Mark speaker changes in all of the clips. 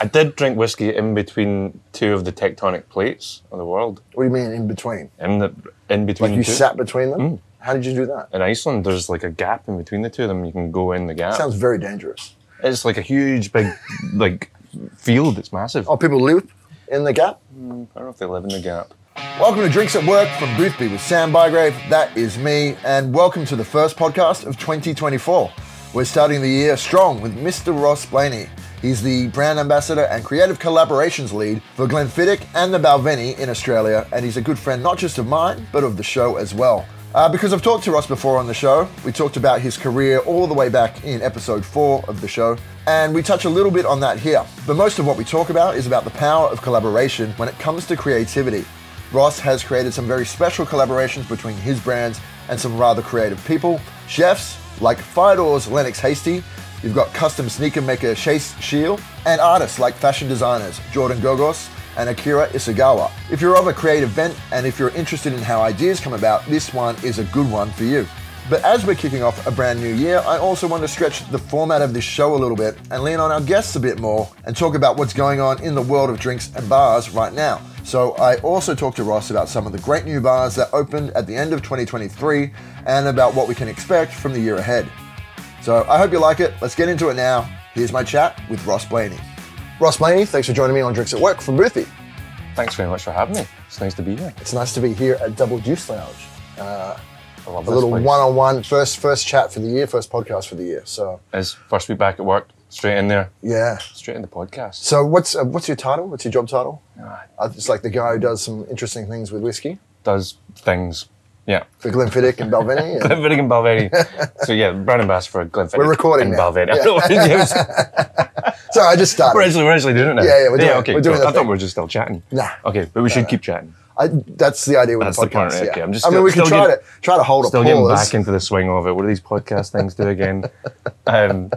Speaker 1: I did drink whiskey in between two of the tectonic plates of the world.
Speaker 2: What do you mean in between?
Speaker 1: In the in between Mm.
Speaker 2: Like you
Speaker 1: two.
Speaker 2: sat between them? How did you do that?
Speaker 1: in Iceland, there's like a gap in between the two of them. You can go in the gap.
Speaker 2: Sounds very dangerous.
Speaker 1: it's like a huge, big, like field. It's massive.
Speaker 2: Oh, people live in the gap?
Speaker 1: I don't know if they live in the gap.
Speaker 2: Welcome to Drinks at Work from Boothby with Sam Bygrave. That is me, and welcome to the first podcast of 2024. We're starting the year strong with Mr. Ross Blaney. He's the brand ambassador and creative collaborations lead for Glenfiddich and the Balvenie in Australia, and he's a good friend not just of mine, but of the show as well. Uh, because I've talked to Ross before on the show. We talked about his career all the way back in episode four of the show, and we touch a little bit on that here. But most of what we talk about is about the power of collaboration when it comes to creativity. Ross has created some very special collaborations between his brands and some rather creative people, chefs like Fidor's Lennox Hasty. You've got custom sneaker maker Chase Shield and artists like fashion designers Jordan Gogos and Akira Isagawa. If you're of a creative bent and if you're interested in how ideas come about, this one is a good one for you. But as we're kicking off a brand new year, I also want to stretch the format of this show a little bit and lean on our guests a bit more and talk about what's going on in the world of drinks and bars right now. So I also talked to Ross about some of the great new bars that opened at the end of 2023 and about what we can expect from the year ahead. So I hope you like it. Let's get into it now. Here's my chat with Ross Blaney. Ross Blaney, thanks for joining me on Drinks at Work from Boothby.
Speaker 1: Thanks very much for having me. It's nice to be here.
Speaker 2: It's nice to be here at Double Juice Lounge.
Speaker 1: I love
Speaker 2: A
Speaker 1: this
Speaker 2: little
Speaker 1: place.
Speaker 2: one-on-one first first chat for the year, first podcast for the year. So
Speaker 1: It's first week back at work. Straight in there.
Speaker 2: yeah.
Speaker 1: Straight in the podcast.
Speaker 2: So what's uh, what's your title? What's your job title?
Speaker 1: Ah,
Speaker 2: Uh, it's like the guy who does some interesting things with whiskey
Speaker 1: does things. Yeah.
Speaker 2: for Glenfiddich and Balvenie. and-
Speaker 1: Glenfiddich and Balvenie. so yeah, brand ambassador for Glenfiddich.
Speaker 2: We're recording
Speaker 1: and
Speaker 2: now.
Speaker 1: Balvenie. I don't know what it is.
Speaker 2: so I just
Speaker 1: We're
Speaker 2: started.
Speaker 1: actually, we're actually doing it now.
Speaker 2: Yeah, yeah, we're doing it.
Speaker 1: okay.
Speaker 2: We're doing
Speaker 1: cool.
Speaker 2: the
Speaker 1: I thought
Speaker 2: thing.
Speaker 1: we were just still chatting.
Speaker 2: Nah.
Speaker 1: Okay, but we should keep chatting.
Speaker 2: I, that's the idea with
Speaker 1: That's
Speaker 2: the
Speaker 1: the
Speaker 2: podcast.
Speaker 1: point, right?
Speaker 2: yeah.
Speaker 1: Okay, I'm just
Speaker 2: I mean,
Speaker 1: still-
Speaker 2: we can
Speaker 1: still
Speaker 2: try
Speaker 1: getting-
Speaker 2: to try to hold
Speaker 1: Still
Speaker 2: a
Speaker 1: getting
Speaker 2: pause.
Speaker 1: back into the swing of it. What do these podcast things do again? um,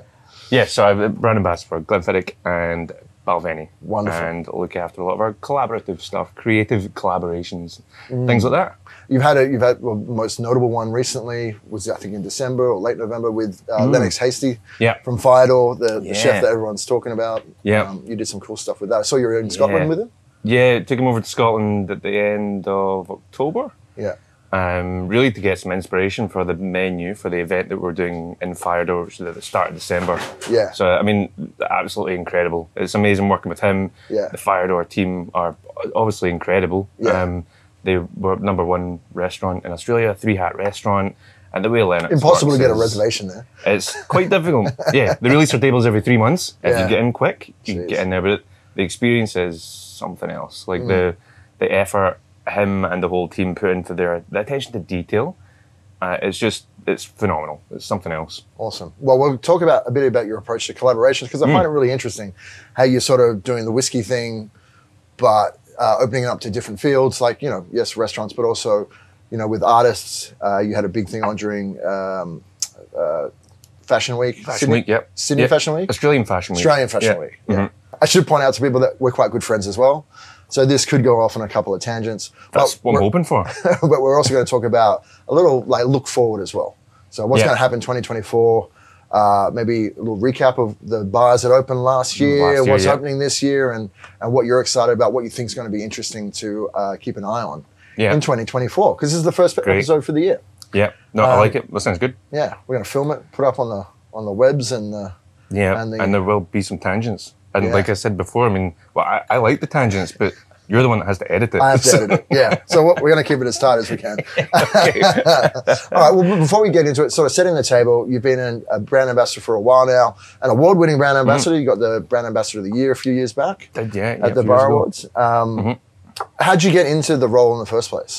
Speaker 1: yeah, so I'm a brand ambassador for Glenfiddich and Balvenie.
Speaker 2: Wonderful.
Speaker 1: And look after a lot of our collaborative stuff, creative collaborations,
Speaker 2: Mm.
Speaker 1: things like that.
Speaker 2: You've had a you've had well, the most notable one recently was I think in December or late November with uh, Lennox Hasty
Speaker 1: Mm. Yeah.
Speaker 2: from Fyodor, the, the
Speaker 1: Yeah.
Speaker 2: chef that everyone's talking about. Um,
Speaker 1: Yeah.
Speaker 2: you did some cool stuff with that. I saw you were in Scotland
Speaker 1: Yeah.
Speaker 2: with him.
Speaker 1: Yeah, took him over to Scotland at the end of October.
Speaker 2: Yeah,
Speaker 1: um, really to get some inspiration for the menu for the event that we're doing in Firedor, which is at the start of December.
Speaker 2: Yeah.
Speaker 1: So I mean, absolutely incredible. It's amazing working with him.
Speaker 2: Yeah.
Speaker 1: The Firedor team are obviously incredible. Um,
Speaker 2: Yeah.
Speaker 1: they were number one restaurant in Australia, three hat restaurant, and the way Lennox
Speaker 2: impossible to
Speaker 1: works
Speaker 2: get a
Speaker 1: is-
Speaker 2: reservation there.
Speaker 1: It's quite difficult. Yeah, they release their tables every three months. If
Speaker 2: Yeah.
Speaker 1: you get in quick, you
Speaker 2: Jeez. Mm.
Speaker 1: can get in there. But the experience is something else. Like the the effort him and the whole team put into their the attention to detail. Uh, it's just it's phenomenal. It's something else.
Speaker 2: Awesome. Well, we'll talk about a bit about your approach to collaborations because I
Speaker 1: Mm.
Speaker 2: find it really interesting how you're sort of doing the whiskey thing, but uh, opening it up to different fields, like you know, yes, restaurants, but also, you know, with artists. Uh, you had a big thing on during um, uh, Fashion Week,
Speaker 1: Fashion
Speaker 2: Sydney,
Speaker 1: Week, yep.
Speaker 2: Sydney
Speaker 1: Yep.
Speaker 2: Fashion Week,
Speaker 1: Australian Fashion Week.
Speaker 2: Australian Fashion
Speaker 1: Yeah. Mm-hmm.
Speaker 2: Week. Yeah. I should point out to people that we're quite good friends as well, so this could go off on a couple of tangents.
Speaker 1: That's
Speaker 2: but
Speaker 1: what
Speaker 2: we're-
Speaker 1: I'm hoping for.
Speaker 2: but we're also going to talk about a little like look forward as well. So what's
Speaker 1: Yeah.
Speaker 2: going to happen 2024? Uh, maybe a little recap of the bars that opened last year,
Speaker 1: Last year,
Speaker 2: what's
Speaker 1: yeah.
Speaker 2: opening this year, and and what you're excited about, what you think is going to be interesting to uh, keep an eye on
Speaker 1: Yeah.
Speaker 2: in 2024 because this is the first
Speaker 1: Great.
Speaker 2: episode for the year.
Speaker 1: yeah. No, I
Speaker 2: Um,
Speaker 1: like it. That sounds good.
Speaker 2: Yeah, we're going to film it, put it up on the on the webs, and uh,
Speaker 1: Yeah.
Speaker 2: and
Speaker 1: And,
Speaker 2: the-
Speaker 1: there will be some tangents. And
Speaker 2: Yeah.
Speaker 1: like I said before, I mean, well, I, I like the tangents, but you're the one that has to edit it.
Speaker 2: I have to
Speaker 1: So-
Speaker 2: edit it. Yeah, so what, we're going to keep it as tight as we can.
Speaker 1: Okay.
Speaker 2: All right. Well, before we get into it, sort of setting the table. You've been an, a brand ambassador for a while now, an award-winning brand ambassador. You got the brand ambassador of the year a few years back
Speaker 1: Did, yeah, Mm-hmm. yeah, a
Speaker 2: at the
Speaker 1: few years
Speaker 2: Bar
Speaker 1: ago. Mm-hmm.
Speaker 2: Awards. Um, How'd you get into the role in the first place?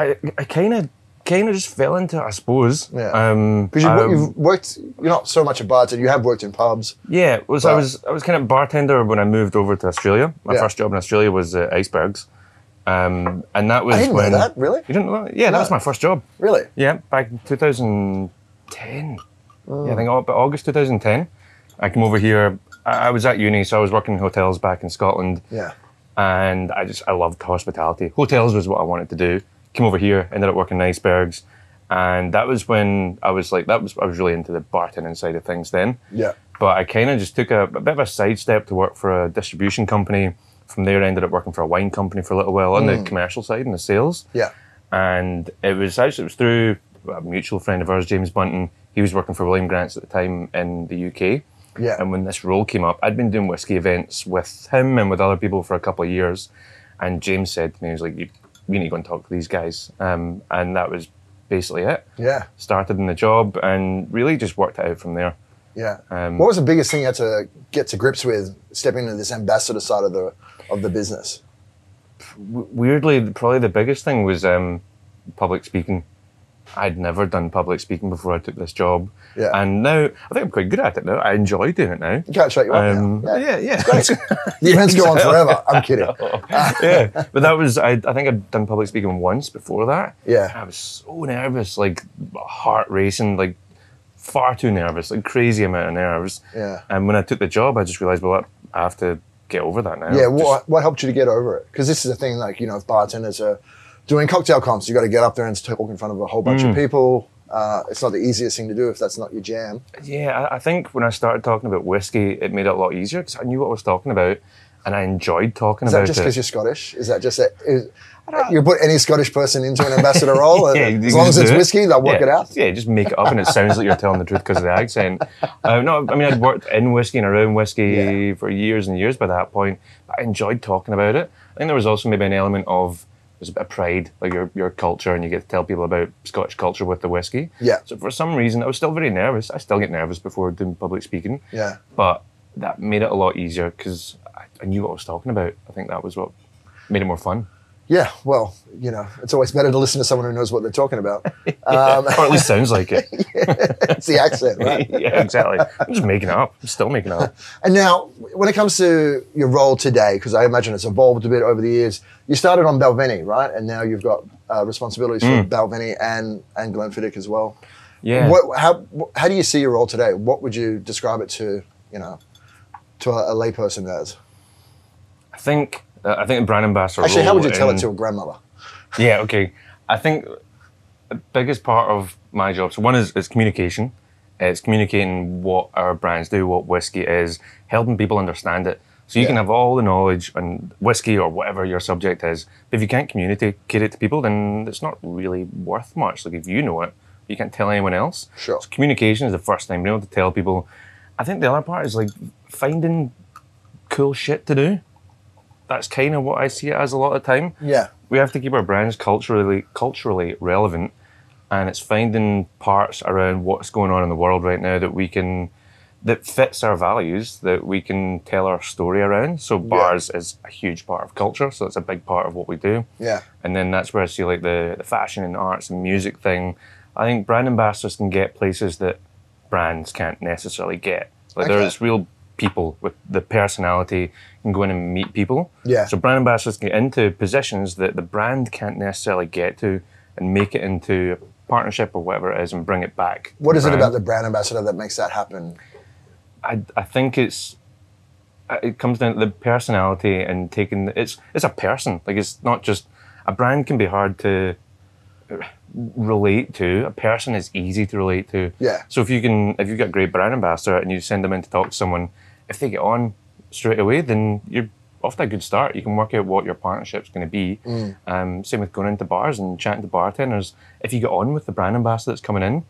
Speaker 1: I I kind of kind of just fell into it, I suppose.
Speaker 2: Yeah.
Speaker 1: Um,
Speaker 2: Because you've,
Speaker 1: um,
Speaker 2: you've worked. You're not so much a bartender. You have worked in pubs.
Speaker 1: yeah, it was I
Speaker 2: but-
Speaker 1: was I was kind of bartender when I moved over to Australia. My
Speaker 2: Yeah.
Speaker 1: first job in Australia was uh, icebergs, um, and that was
Speaker 2: I didn't know
Speaker 1: when
Speaker 2: that. Really?
Speaker 1: you didn't know that? Yeah, that was
Speaker 2: No.
Speaker 1: my first job.
Speaker 2: Really?
Speaker 1: Yeah, back in 2010. Yeah, I think au- about August 2010. I came over here. I I was at uni, so I was working in hotels back in Scotland.
Speaker 2: Yeah.
Speaker 1: and I just I loved hospitality. Hotels was what I wanted to do. Came over here, ended up working in icebergs, and that was when I was like that was I was really into the bartending side of things then.
Speaker 2: Yeah.
Speaker 1: But I kind of just took a, a bit of a sidestep to work for a distribution company. From there, I ended up working for a wine company for a little while on the commercial side and the sales.
Speaker 2: Yeah.
Speaker 1: And it was actually it was through a mutual friend of ours, James Bunton. He was working for William Grants at the time in the UK.
Speaker 2: Yeah.
Speaker 1: And when this role came up, I'd been doing whiskey events with him and with other people for a couple of years. And James said to me, he was like, you, you need to go and talk to these guys. Um, and that was basically it.
Speaker 2: Yeah.
Speaker 1: Started in the job and really just worked it out from there.
Speaker 2: Yeah.
Speaker 1: Um,
Speaker 2: what was the biggest thing you had to get to grips with stepping into this ambassador side of the of the business?
Speaker 1: Weirdly, probably the biggest thing was um, public speaking. I'd never done public speaking before I took this job.
Speaker 2: Yeah.
Speaker 1: And now, I think I'm quite good at it now. I enjoy doing it now.
Speaker 2: You can't shut you up.
Speaker 1: Um,
Speaker 2: now.
Speaker 1: yeah, yeah.
Speaker 2: The events go on forever. I'm kidding.
Speaker 1: yeah, but that was I, I think I'd done public speaking once before that.
Speaker 2: Yeah.
Speaker 1: I was so nervous, like heart racing, like far too nervous, like crazy amount of nerves.
Speaker 2: Yeah.
Speaker 1: And when I took the job, I just realized, well, I I have to get over that now.
Speaker 2: Yeah,
Speaker 1: Just-
Speaker 2: what, what helped you to get over it? Because this is the thing, like, you know, if bartenders are doing cocktail comps, you got to get up there and talk in front of a whole bunch
Speaker 1: Mm.
Speaker 2: of people. Uh, it's not the easiest thing to do if that's not your jam.
Speaker 1: Yeah, I, I think when I started talking about whiskey, it made it a lot easier because I knew what I was talking about, and I enjoyed talking
Speaker 2: Is
Speaker 1: about
Speaker 2: that just
Speaker 1: it.
Speaker 2: because you're Scottish? Is that just that? Is, you put any Scottish person into an ambassador role, and
Speaker 1: you
Speaker 2: as
Speaker 1: can
Speaker 2: long as
Speaker 1: just
Speaker 2: it's
Speaker 1: do
Speaker 2: whiskey, they'll work
Speaker 1: yeah.
Speaker 2: it out.
Speaker 1: Yeah, just make it up, and it sounds like you're telling the truth because of the accent. Uh, no, I mean I'd worked in whiskey and around whiskey for years and years by that point. But I enjoyed talking about it. I think there was also maybe an element of there's a bit of pride, like your your culture, and you get to tell people about Scottish culture with the whiskey.
Speaker 2: Yeah.
Speaker 1: So for some reason, I was still very nervous. I still get nervous before doing public speaking.
Speaker 2: Yeah.
Speaker 1: But that made it a lot easier because I, I knew what I was talking about. I think that was what made it more fun,
Speaker 2: Yeah, well, you know, it's always better to listen to someone who knows what they're talking about. Um,
Speaker 1: or at least sounds like it.
Speaker 2: it's the accent, right?
Speaker 1: yeah, exactly. I'm just making it up. I'm still making it up.
Speaker 2: And now, when it comes to your role today, because I imagine it's evolved a bit over the years, you started on Balvenie, right? And now you've got uh, responsibilities for Balvenie and and Glenfiddich as well.
Speaker 1: Mm. Yeah.
Speaker 2: What, how wh- how do you see your role today? What would you describe it to you know to a, a layperson as?
Speaker 1: I think uh, I think the brand ambassador.
Speaker 2: Actually, how
Speaker 1: role
Speaker 2: would you tell
Speaker 1: in-
Speaker 2: it to a grandmother?
Speaker 1: Yeah. Okay. I think the biggest part of my job. So one is is communication. It's communicating what our brands do, what whiskey is, helping people understand it. So you
Speaker 2: Yeah.
Speaker 1: can have all the knowledge on whiskey or whatever your subject is, but if you can't communicate it to people, then it's not really worth much. Like if you know it, you can't tell anyone else.
Speaker 2: Sure.
Speaker 1: So communication is the first thing being able to tell people. I think the other part is like finding cool shit to do. That's kind of what I see it as a lot of the time
Speaker 2: Yeah,
Speaker 1: we have to keep our brands culturally culturally relevant, and it's finding parts around what's going on in the world right now that we can that fits our values that we can tell our story around. So bars is a huge part of culture, so it's a big part of what we do.
Speaker 2: yeah,
Speaker 1: And then that's where I see like the, the fashion and arts and music thing. I think brand ambassadors can get places that brands can't necessarily get. Like
Speaker 2: Okay.
Speaker 1: there's real people with the personality can go in and meet people.
Speaker 2: Yeah.
Speaker 1: So brand ambassadors can get into positions that the brand can't necessarily get to and make it into a partnership or whatever it is and bring it back.
Speaker 2: What is it about
Speaker 1: the?
Speaker 2: the brand ambassador that makes that happen?
Speaker 1: brand. I, I think it's uh, it comes down to the personality and taking it's it's a person like it's not just a brand can be hard to relate to a person is easy to relate to
Speaker 2: Yeah.
Speaker 1: so if you can if you've got a great brand ambassador and you send them in to talk to someone if they get on straight away then you're off to a good start you can work out what your partnership's going to be um, same with going into bars and chatting to bartenders if you get on with the brand ambassador that's coming in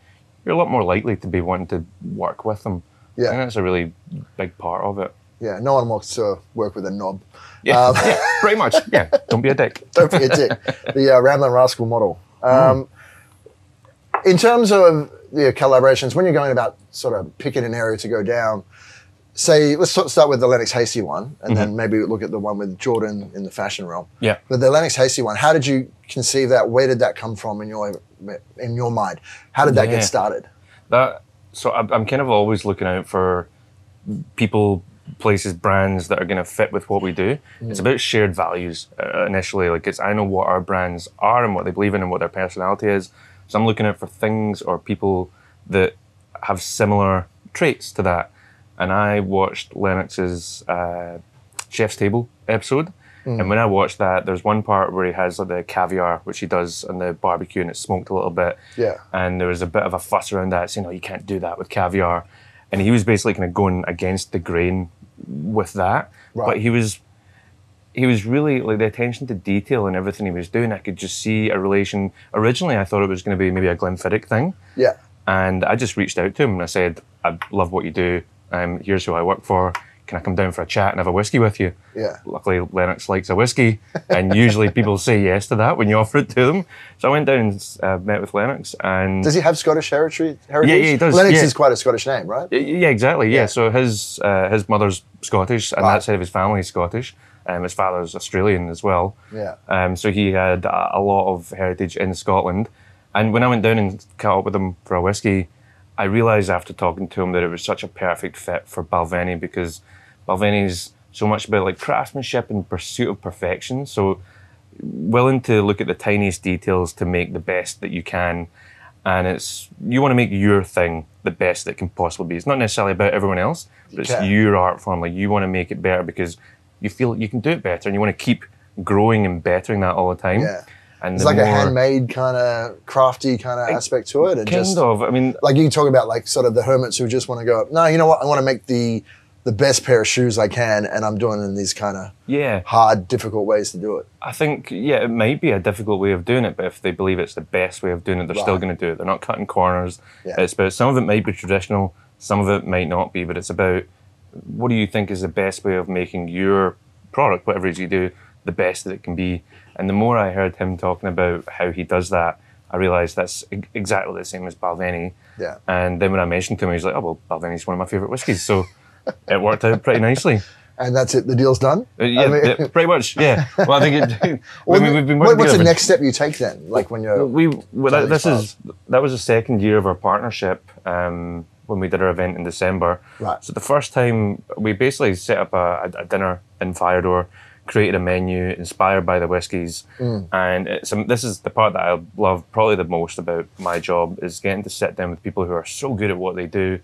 Speaker 1: you're a lot more likely to be wanting to work with them
Speaker 2: Yeah. Um,
Speaker 1: I think that's a really big part of it
Speaker 2: Yeah, no one wants to work with a knob.
Speaker 1: yeah, yeah, pretty much. Yeah, don't be a dick.
Speaker 2: Don't forget Dick, the uh, Ramblin' Rascal model. Um,
Speaker 1: Hmm.
Speaker 2: In terms of the collaborations, when you're going about sort of picking an area to go down, say, let's sort- start with the Lennox Hasty one,
Speaker 1: Mm-hmm.
Speaker 2: and then maybe look at the one with Jordan in the fashion realm.
Speaker 1: Yeah.
Speaker 2: But the Lennox Hasty one, how did you conceive that? Where did that come from in your in your mind? How did that
Speaker 1: Yeah.
Speaker 2: get started?
Speaker 1: That so I'm I'm kind of always looking out for people, places, brands that are going to fit with what we do. It's about shared values uh, initially. Like it's I know what our brands are and what they believe in and what their personality is. So I'm looking out for things or people that have similar traits to that. And I watched Lennox's uh, Chef's Table episode. And when I watched that, there's one part where he has like the caviar, which he does on the barbecue, and it's smoked a little bit.
Speaker 2: Yeah.
Speaker 1: And there was a bit of a fuss around that, saying, "Oh, you can't do that with caviar." and he was basically kind of going against the grain with that.
Speaker 2: Right.
Speaker 1: But he was he was really like the attention to detail and everything he was doing. I could just see a relation. Originally, I thought it was going to be maybe a Glenfiddich thing,
Speaker 2: Yeah.
Speaker 1: and I just reached out to him and I said, "I love what you do. Um, here's who I work for. Can I come down for a chat and have a whiskey with you?"
Speaker 2: Yeah.
Speaker 1: Luckily, Lennox likes a whiskey, and usually people say yes to that when you offer it to them. So I went down and uh, met with Lennox, and
Speaker 2: Does he have Scottish heritage? heritage?
Speaker 1: yeah, he does,
Speaker 2: Lennox
Speaker 1: yeah.
Speaker 2: is quite a Scottish name, right?
Speaker 1: Y- Yeah, exactly. Yeah.
Speaker 2: Yeah.
Speaker 1: So his uh, his mother's Scottish, and
Speaker 2: Right.
Speaker 1: that side of his family is Scottish. Um, his father's Australian as well.
Speaker 2: Yeah.
Speaker 1: Um, so he had a, a lot of heritage in Scotland. And when I went down and caught up with him for a whiskey, I realised after talking to him that it was such a perfect fit for Balvenie because Balvenie's so much about like craftsmanship and pursuit of perfection. So willing to look at the tiniest details to make the best that you can. And it's you want to make your thing the best that can possibly be. It's not necessarily about everyone else, but it's
Speaker 2: Yeah.
Speaker 1: your art form. Like you want to make it better because you feel you can do it better, and you want to keep growing and bettering that all the time.
Speaker 2: Yeah.
Speaker 1: And
Speaker 2: It's
Speaker 1: the
Speaker 2: like a
Speaker 1: more-
Speaker 2: handmade kind of crafty kind of aspect to it, and
Speaker 1: kind
Speaker 2: just
Speaker 1: of. I mean,
Speaker 2: like you talk about like sort of the hermits who just want to go. No, you know what? I want to make the the best pair of shoes I can, and I'm doing it in these kind of
Speaker 1: yeah.
Speaker 2: hard, difficult ways to do it.
Speaker 1: I think, yeah, it might be a difficult way of doing it, but if they believe it's the best way of doing it, they're still
Speaker 2: Right.
Speaker 1: going to do it. They're not cutting corners.
Speaker 2: Yeah.
Speaker 1: It's about some of it might be traditional, some of it might not be, but it's about what do you think is the best way of making your product, whatever it is you do, the best that it can be. And the more I heard him talking about how he does that, I realised that's e- exactly the same as Balvenie.
Speaker 2: Yeah.
Speaker 1: And then when I mentioned to him, he's like, "Oh well, Balvenie's one of my favourite whiskies," so it worked out pretty nicely.
Speaker 2: And that's it. The deal's done.
Speaker 1: Uh, yeah,
Speaker 2: I mean-
Speaker 1: th- pretty much. Yeah. Well, I think it,
Speaker 2: Well,
Speaker 1: I mean, we've been
Speaker 2: what-
Speaker 1: working
Speaker 2: what's
Speaker 1: together
Speaker 2: the
Speaker 1: for-
Speaker 2: next step you take then? Like when you're
Speaker 1: we well,
Speaker 2: Totally
Speaker 1: that, this
Speaker 2: fine.
Speaker 1: is that was the second year of our partnership um, when we did our event in December.
Speaker 2: Right.
Speaker 1: So the first time we basically set up a, a, a dinner in Firedoor, created a menu inspired by the whiskies,
Speaker 2: Mm.
Speaker 1: and it's, um, this is the part that I love probably the most about my job is getting to sit down with people who are so good at what they do.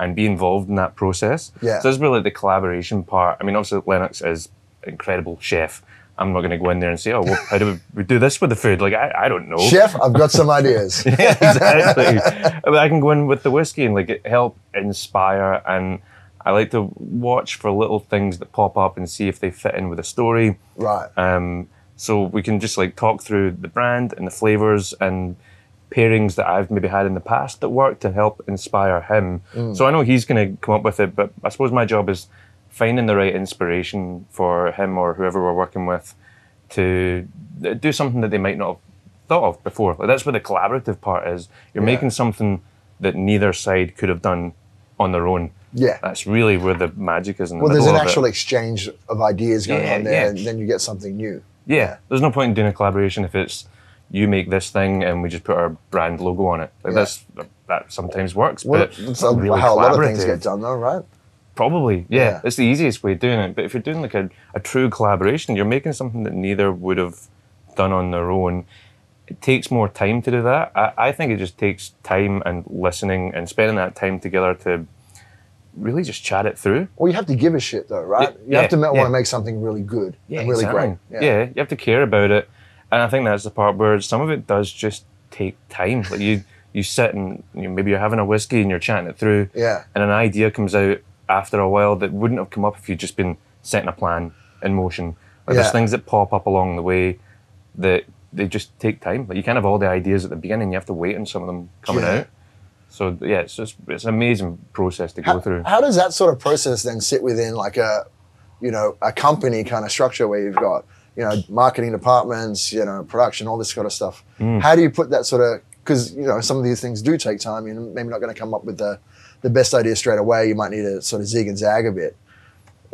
Speaker 1: And be involved in that process.
Speaker 2: Yeah.
Speaker 1: So it's really the collaboration part. I mean, obviously Lennox is an incredible chef. I'm not going to go in there and say, "Oh, well, how do we, we do this with the food?" Like I, I don't know
Speaker 2: chef, I've got some ideas.
Speaker 1: exactly. I, mean, I can go in with the whiskey and like it help inspire, and I like to watch for little things that pop up and see if they fit in with a story.
Speaker 2: right.
Speaker 1: Um, so we can just like talk through the brand and the flavors and pairings that I've maybe had in the past that work to help inspire him.
Speaker 2: Mm.
Speaker 1: So I know he's going to come up with it, but I suppose my job is finding the right inspiration for him or whoever we're working with to uh, do something that they might not have thought of before. Like that's where the collaborative part is. You're making something that neither side could have done on their own.
Speaker 2: Yeah.
Speaker 1: That's really where the magic is in the
Speaker 2: Well, there's
Speaker 1: middle
Speaker 2: an
Speaker 1: of it.
Speaker 2: actual exchange of ideas going
Speaker 1: Yeah,
Speaker 2: on there,
Speaker 1: yeah.
Speaker 2: and then you get something new.
Speaker 1: Yeah, there's no point in doing a collaboration if it's you make this thing and we just put our brand logo on it. Like
Speaker 2: Yeah.
Speaker 1: that's that sometimes works,
Speaker 2: Well,
Speaker 1: but
Speaker 2: that's
Speaker 1: it's not really
Speaker 2: how a lot of
Speaker 1: collaborative.
Speaker 2: things get done, though, right?
Speaker 1: Probably, yeah,
Speaker 2: Yeah.
Speaker 1: It's the easiest way of doing it. But if you're doing like a, a true collaboration, you're making something that neither would have done on their own. It takes more time to do that. I, I think it just takes time and listening and spending that time together to really just chat it through.
Speaker 2: Well, you have to give a shit, though, right? You have
Speaker 1: yeah,
Speaker 2: to want
Speaker 1: yeah.
Speaker 2: to make something really good and really
Speaker 1: exactly.
Speaker 2: great.
Speaker 1: Yeah. you have to care about it, and I think that's the part where some of it does just take time. Like you, you sit and you know, maybe you're having a whiskey and you're chatting it through,
Speaker 2: Yeah.
Speaker 1: and an idea comes out after a while that wouldn't have come up if you'd just been setting a plan in motion. Like
Speaker 2: Yeah.
Speaker 1: There's things that pop up along the way that they just take time. Like you can't have all the ideas at the beginning; you have to wait on some of them coming
Speaker 2: Yeah.
Speaker 1: out. So yeah, it's just it's an amazing process to go
Speaker 2: How,
Speaker 1: through.
Speaker 2: how does that sort of process then sit within like a, you know, a company kind of structure where you've got, you know, marketing departments, you know, production, all this kind of stuff.
Speaker 1: Mm.
Speaker 2: How do you put that sort of because you know some of these things do take time. You're maybe not going to come up with the, the best idea straight away. You might need to sort of zig and zag a bit.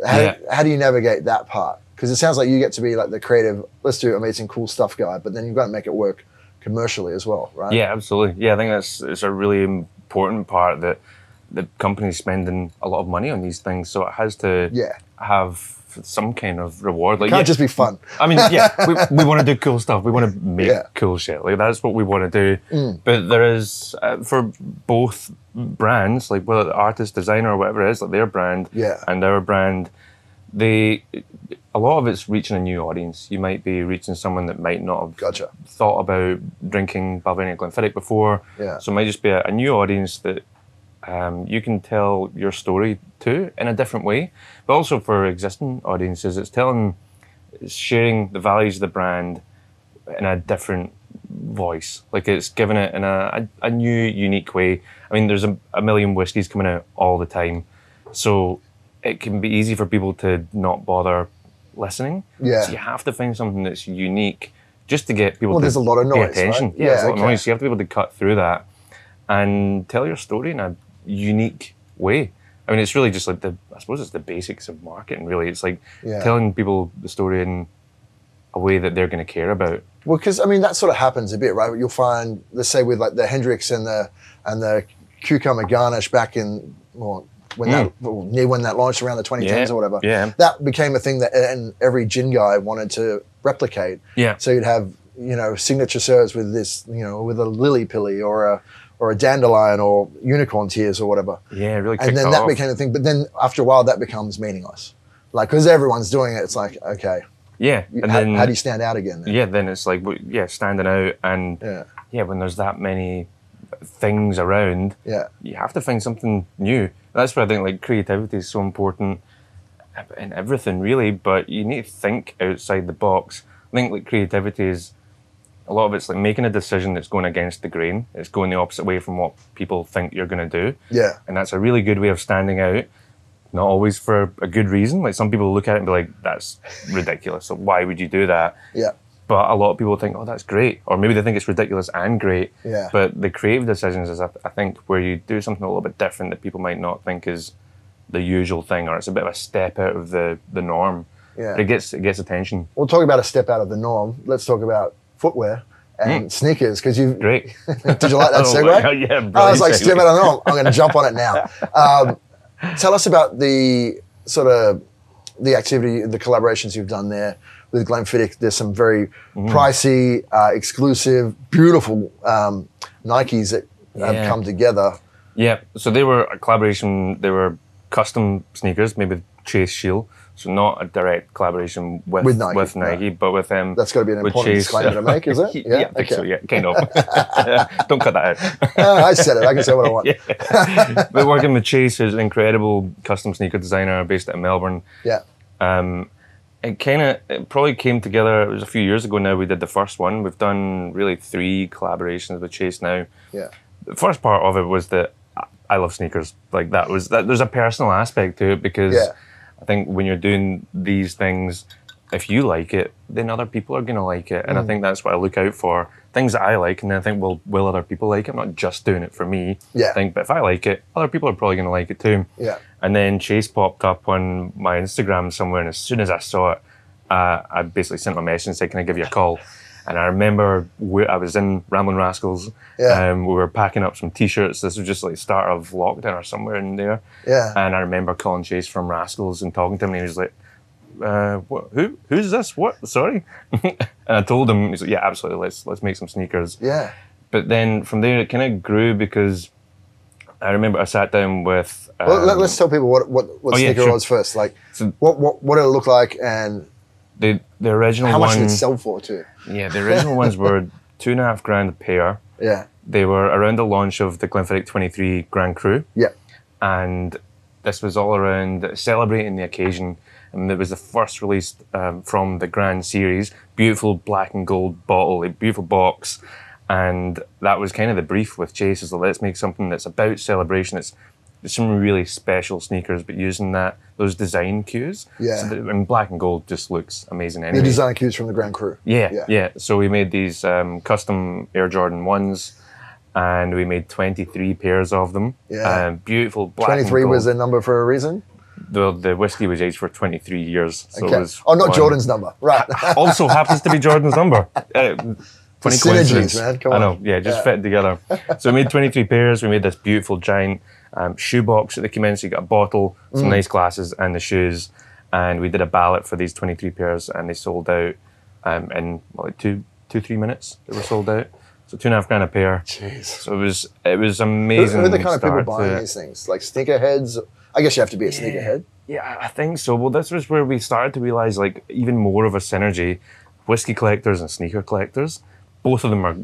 Speaker 2: How,
Speaker 1: Yeah.
Speaker 2: how do you navigate that part? Because it sounds like you get to be like the creative. Let's do amazing, cool stuff guy, but then you've got to make it work commercially as well, right?
Speaker 1: Yeah, absolutely. Yeah, I think that's it's a really important part that the company's spending a lot of money on these things, so it has to
Speaker 2: Yeah.
Speaker 1: have some kind of reward. Like,
Speaker 2: Can't
Speaker 1: yeah,
Speaker 2: just be fun.
Speaker 1: I mean, yeah, we, we want to do cool stuff. We want to make
Speaker 2: Yeah. Mm.
Speaker 1: cool shit. Like that's what we want to do. But there is uh, for both brands, like whether the artist, designer, or whatever it is, like their brand
Speaker 2: Yeah.
Speaker 1: and our brand, they a lot of it's reaching a new audience. You might be reaching someone that might not have
Speaker 2: Gotcha.
Speaker 1: thought about drinking Balvenie and Glenfiddich before.
Speaker 2: Yeah.
Speaker 1: So it might just be a, a new audience that um, you can tell your story too in a different way, but also for existing audiences, it's telling, it's sharing the values of the brand in a different voice. Like it's giving it in a, a, a new, unique way. I mean, there's a, a million whiskies coming out all the time. So it can be easy for people to not bother listening.
Speaker 2: Yeah.
Speaker 1: So you have to find something that's unique just to get people
Speaker 2: Well,
Speaker 1: to
Speaker 2: there's a lot of
Speaker 1: pay
Speaker 2: noise,
Speaker 1: attention.
Speaker 2: right?
Speaker 1: Yeah,
Speaker 2: Yeah,
Speaker 1: there's a lot of
Speaker 2: okay.
Speaker 1: noise. So you have to be able to cut through that and tell your story in a unique way. I mean, it's really just like the, I suppose it's the basics of marketing, really. It's like
Speaker 2: Yeah.
Speaker 1: telling people the story in a way that they're going to care about.
Speaker 2: Well, because I mean that sort of happens a bit, right? You'll find, let's say, with like the Hendrix and the and the cucumber garnish back in well, when that well, near when that launched around the 2010s
Speaker 1: Hmm. Yeah,
Speaker 2: or whatever.
Speaker 1: yeah.
Speaker 2: that became a thing that uh, and every gin guy wanted to replicate.
Speaker 1: Yeah.
Speaker 2: So you'd have you know signature serves with this, you know, with a lily pilly or a or a dandelion or unicorn tears or whatever,
Speaker 1: Yeah, really kicked
Speaker 2: and then
Speaker 1: that
Speaker 2: that
Speaker 1: off.
Speaker 2: became a thing. But then after a while, that becomes meaningless, like because everyone's doing it. It's like okay,
Speaker 1: yeah.
Speaker 2: you-
Speaker 1: And
Speaker 2: how,
Speaker 1: then,
Speaker 2: how do you stand out again? Then?
Speaker 1: yeah, then it's like, well, yeah, standing out and
Speaker 2: Yeah.
Speaker 1: yeah, when there's that many things around,
Speaker 2: Yeah.
Speaker 1: you have to find something new. That's where I think like creativity is so important in everything really, but you need to think outside the box. I think like creativity is a lot of it's like making a decision that's going against the grain. It's going the opposite way from what people think you're going to do.
Speaker 2: Yeah.
Speaker 1: And that's a really good way of standing out. Not always for a good reason. Like some people look at it and be like, that's ridiculous. So why would you do that?
Speaker 2: Yeah.
Speaker 1: But a lot of people think, oh, that's great. Or maybe they think it's ridiculous and great.
Speaker 2: Yeah.
Speaker 1: But the creative decisions is, I, I think, where you do something a little bit different that people might not think is the usual thing or it's a bit of a step out of the, the norm.
Speaker 2: Yeah.
Speaker 1: But it gets, it gets attention.
Speaker 2: we'll talk about a step out of the norm. Let's talk about footwear
Speaker 1: Hmm.
Speaker 2: and sneakers because you
Speaker 1: Great.
Speaker 2: did you like that
Speaker 1: Oh,
Speaker 2: segue?
Speaker 1: wow, yeah, brilliant
Speaker 2: I was like step
Speaker 1: segue.
Speaker 2: out of the norm. I'm going to jump on it now. Um, tell us about the sort of the activity, the collaborations you've done there with Glenfiddich. There's some very
Speaker 1: Hmm.
Speaker 2: pricey, uh, exclusive, beautiful um, Nikes that have
Speaker 1: Yeah.
Speaker 2: come together.
Speaker 1: Yeah, so they were a collaboration. They were custom sneakers made with Chase Shield, so not a direct collaboration with
Speaker 2: With Nike, no.
Speaker 1: Nike, but with them.
Speaker 2: That's gotta be an important disclaimer to make, is it?
Speaker 1: yeah,
Speaker 2: Yeah,
Speaker 1: I think so.
Speaker 2: okay.
Speaker 1: Yeah, kind of. Don't cut that out.
Speaker 2: Ah, I said it. I can say what I want.
Speaker 1: We're working with Chase, who's an incredible custom sneaker designer based out of Melbourne.
Speaker 2: yeah.
Speaker 1: Um, it kind of it probably came together. It was a few years ago now. We did the first one. We've done really three collaborations with Chase now
Speaker 2: Yeah.
Speaker 1: the first part of it was that I- I love sneakers. Like that was that. There's a personal aspect to it because
Speaker 2: Yeah.
Speaker 1: I think when you're doing these things, if you like it, then other people are gonna like it, and I think that's what I look out for. Things that I like, and then I think, well, will other people like it? I'm not just doing it for me.
Speaker 2: Yeah.
Speaker 1: I think, but if I like it, other people are probably gonna like it too.
Speaker 2: Yeah.
Speaker 1: And then Chase popped up on my Instagram somewhere, and as soon as I saw it, uh, I basically sent him a message and said, "Can I give you a call?" And I remember we, I was in Ramblin' Rascals.
Speaker 2: Yeah.
Speaker 1: Um, we were packing up some T-shirts. This was just like start of lockdown or somewhere in there.
Speaker 2: Yeah.
Speaker 1: And I remember calling Chase from Rascals and talking to him, and he was like, uh, what, "Who? Who's this? What? Sorry." and I told him, he's like, "Yeah, absolutely. Let's let's make some sneakers."
Speaker 2: Yeah.
Speaker 1: But then from there, it kind of grew because I remember I sat down with. Um,
Speaker 2: Well, let, us tell people what what, what
Speaker 1: oh, yeah,
Speaker 2: sneaker
Speaker 1: sure.
Speaker 2: was first. Like,
Speaker 1: So-
Speaker 2: what what what did it look like, and
Speaker 1: the the original
Speaker 2: how much
Speaker 1: one.
Speaker 2: did it sell for too?
Speaker 1: yeah, the original ones were two and a half grand a pair.
Speaker 2: Yeah,
Speaker 1: They were around the launch of the Glenfiddich 23 Grand Cru,
Speaker 2: yeah,
Speaker 1: and this was all around celebrating the occasion. And it was the first release um, from the Grand Series. Beautiful black and gold bottle, a beautiful box, and that was kind of the brief with Chase. Is that let's make something that's about celebration. It's some really special sneakers, but using that those design cues.
Speaker 2: Yeah.
Speaker 1: So that- and black and gold just looks amazing. Anyway.
Speaker 2: the design cues from the Grand Crew.
Speaker 1: Yeah,
Speaker 2: Yeah.
Speaker 1: yeah. So we made these um, custom Air Jordan ones, and we made twenty three pairs of them.
Speaker 2: Yeah.
Speaker 1: Um, beautiful black.
Speaker 2: Twenty three was
Speaker 1: the
Speaker 2: the number for a reason.
Speaker 1: the, whiskey was aged for twenty three years. So
Speaker 2: Okay.
Speaker 1: it was
Speaker 2: oh, not
Speaker 1: one-
Speaker 2: Jordan's number, right?
Speaker 1: also happens to be Jordan's number. Uh, funny
Speaker 2: synergies,
Speaker 1: coincidence.
Speaker 2: man, come
Speaker 1: I
Speaker 2: on.
Speaker 1: know. Yeah, just fit together. So we made 23 pairs. We made this beautiful giant um, shoebox at the commence. You got a bottle, some
Speaker 2: Mm.
Speaker 1: nice glasses, and the shoes. And we did a ballot for these 23 pairs, and they sold out um, in well, like two, two, three minutes. They were sold out. So two and a half grand a pair.
Speaker 2: Jeez.
Speaker 1: So it was it was
Speaker 2: Who,
Speaker 1: amazing.
Speaker 2: who are the kind of people
Speaker 1: start to
Speaker 2: buying
Speaker 1: it.
Speaker 2: these things? Like sneakerheads? I guess you have to be a sneakerhead.
Speaker 1: Yeah, I- I think so. Well, this was where we started to realize like even more of a synergy. Whiskey collectors and sneaker collectors, both of them are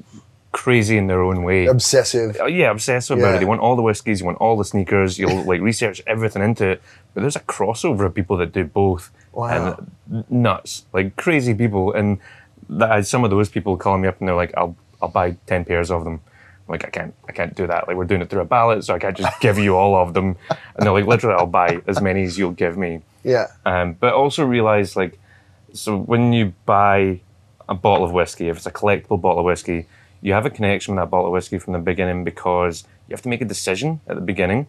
Speaker 1: crazy in their own way.
Speaker 2: Obsessive.
Speaker 1: Oh, yeah, obsessive about
Speaker 2: Yeah.
Speaker 1: it. You want all the whiskies, you want all the sneakers, you'll like research everything into it. But there's a crossover of people that do both.
Speaker 2: Wow.
Speaker 1: And nuts. Like crazy people. And that, some of those people call me up and they're like, I'll I'll buy ten pairs of them. I'm like, I can't I can't do that. Like we're doing it through a ballot, so I can't just give you all of them. And they're like, literally I'll buy as many as you'll give me.
Speaker 2: Yeah.
Speaker 1: Um, but also realize like, so when you buy a bottle of whiskey, if it's a collectible bottle of whiskey, you have a connection with that bottle of whiskey from the beginning because you have to make a decision at the beginning.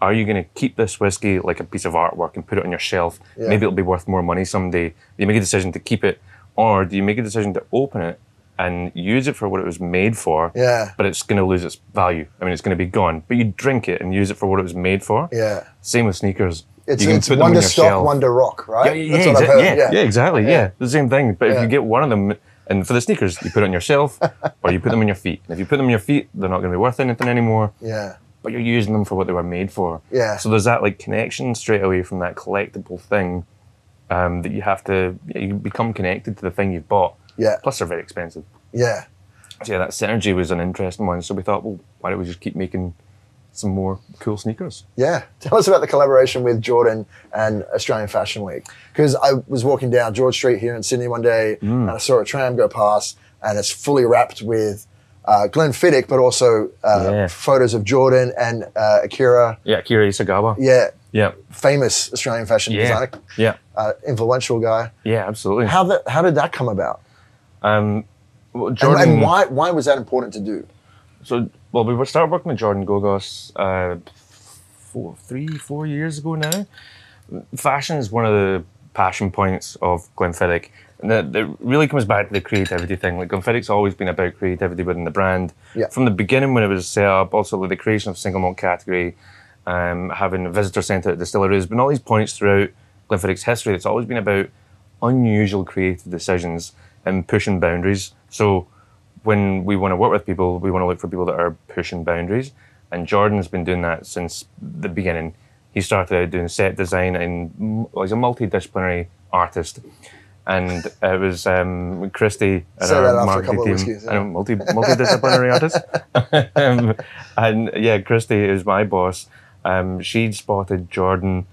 Speaker 1: Are you going to keep this whiskey like a piece of artwork and put it on your shelf?
Speaker 2: Yeah.
Speaker 1: Maybe it'll be worth more money someday. Do you make a decision to keep it, or do you make a decision to open it and use it for what it was made for?
Speaker 2: Yeah.
Speaker 1: But it's going to lose its value. I mean, it's going to be gone. But you drink it and use it for what it was made for.
Speaker 2: Yeah.
Speaker 1: Same with sneakers.
Speaker 2: It's,
Speaker 1: You can
Speaker 2: it's
Speaker 1: put them on
Speaker 2: Wonder
Speaker 1: your
Speaker 2: Stock,
Speaker 1: shelf.
Speaker 2: Wonder Rock, right?
Speaker 1: Yeah, yeah, exa- yeah, yeah, exactly. Yeah. the same thing. But if
Speaker 2: Yeah.
Speaker 1: you get one of them, and for the sneakers, you put it on your shelf or you put them on your feet. And if you put them on your feet, they're not going to be worth anything anymore.
Speaker 2: Yeah.
Speaker 1: But you're using them for what they were made for.
Speaker 2: Yeah.
Speaker 1: So there's that like connection straight away from that collectible thing um, that you have to yeah, you become connected to the thing you've bought.
Speaker 2: Yeah.
Speaker 1: Plus, they're very expensive.
Speaker 2: Yeah.
Speaker 1: So yeah, that synergy was an interesting one. So we thought, well, why don't we just keep making some more cool sneakers?
Speaker 2: Yeah. Tell us about the collaboration with Jordan and Australian Fashion Week. Because I was walking down George Street here in Sydney one day
Speaker 1: Mm.
Speaker 2: and I saw a tram go past and it's fully wrapped with uh, Glenn Fiddick, but also uh,
Speaker 1: Yeah.
Speaker 2: photos of Jordan and uh, Akira.
Speaker 1: Yeah, Kira Isagawa.
Speaker 2: Yeah.
Speaker 1: Yeah,
Speaker 2: Famous Australian fashion
Speaker 1: yeah,
Speaker 2: designer,
Speaker 1: yeah,
Speaker 2: uh, influential guy.
Speaker 1: yeah, absolutely.
Speaker 2: How, that, how did that come about?
Speaker 1: Um, well,
Speaker 2: And,
Speaker 1: Jordan,
Speaker 2: and why, why was that important to do?
Speaker 1: So, well, we were- started working with Jordan Gogos uh, four, three, four years ago now. Fashion is one of the passion points of Glenfiddich. And that, that really comes back to the creativity thing. Like Glenfiddich's always been about creativity within the brand.
Speaker 2: Yeah.
Speaker 1: From the beginning when it was set up, also with the creation of single malt category, um, having a visitor centre at distilleries, but all these points throughout Glenfiddich's history, it's always been about unusual creative decisions and pushing boundaries. So when we want to work with people, we want to look for people that are pushing boundaries. And Jordan's been doing that since the beginning. He started out doing set design, and m- well, he's a multidisciplinary artist. And it was um, Christy and
Speaker 2: Say
Speaker 1: our
Speaker 2: that after a
Speaker 1: marketing
Speaker 2: couple of
Speaker 1: team.
Speaker 2: whiskeys, yeah.
Speaker 1: I know, multi multidisciplinary artist. um, and yeah, Christy is my boss. Um, she'd spotted Jordan,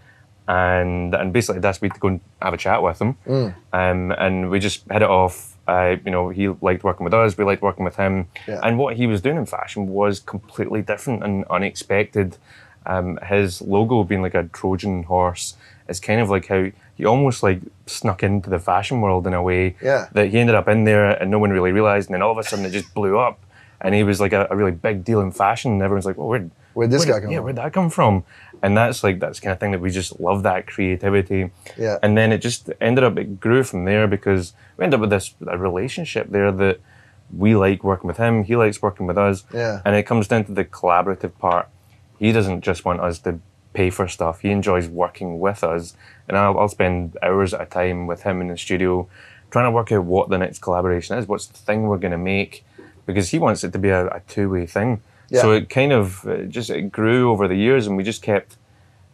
Speaker 1: and and basically that's me to go and have a chat with him.
Speaker 2: Mm.
Speaker 1: Um, and we just hit it off. Uh, you know, he liked working with us. We liked working with him.
Speaker 2: Yeah.
Speaker 1: And what he was doing in fashion was completely different and unexpected. Um, his logo being like a Trojan horse is kind of like how he almost like snuck into the fashion world in a way
Speaker 2: Yeah.
Speaker 1: that he ended up in there and no one really realized. And then all of a sudden it just blew up. And he was like a, a really big deal in fashion. And everyone's like, well, where'd,
Speaker 2: Where'd this guy
Speaker 1: where'd-
Speaker 2: come
Speaker 1: yeah,
Speaker 2: from?"
Speaker 1: where'd that come from? And that's like, that's the kind of thing that we just love that creativity.
Speaker 2: Yeah.
Speaker 1: And then it just ended up, it grew from there because we ended up with this a relationship there that we like working with him. He likes working with us.
Speaker 2: Yeah.
Speaker 1: And it comes down to the collaborative part. He doesn't just want us to pay for stuff. He enjoys working with us. And I'll, I'll spend hours at a time with him in the studio trying to work out what the next collaboration is, what's the thing we're going to make, because he wants it to be a, a two way thing. So
Speaker 2: Yeah.
Speaker 1: it kind of it just it grew over the years, and we just kept.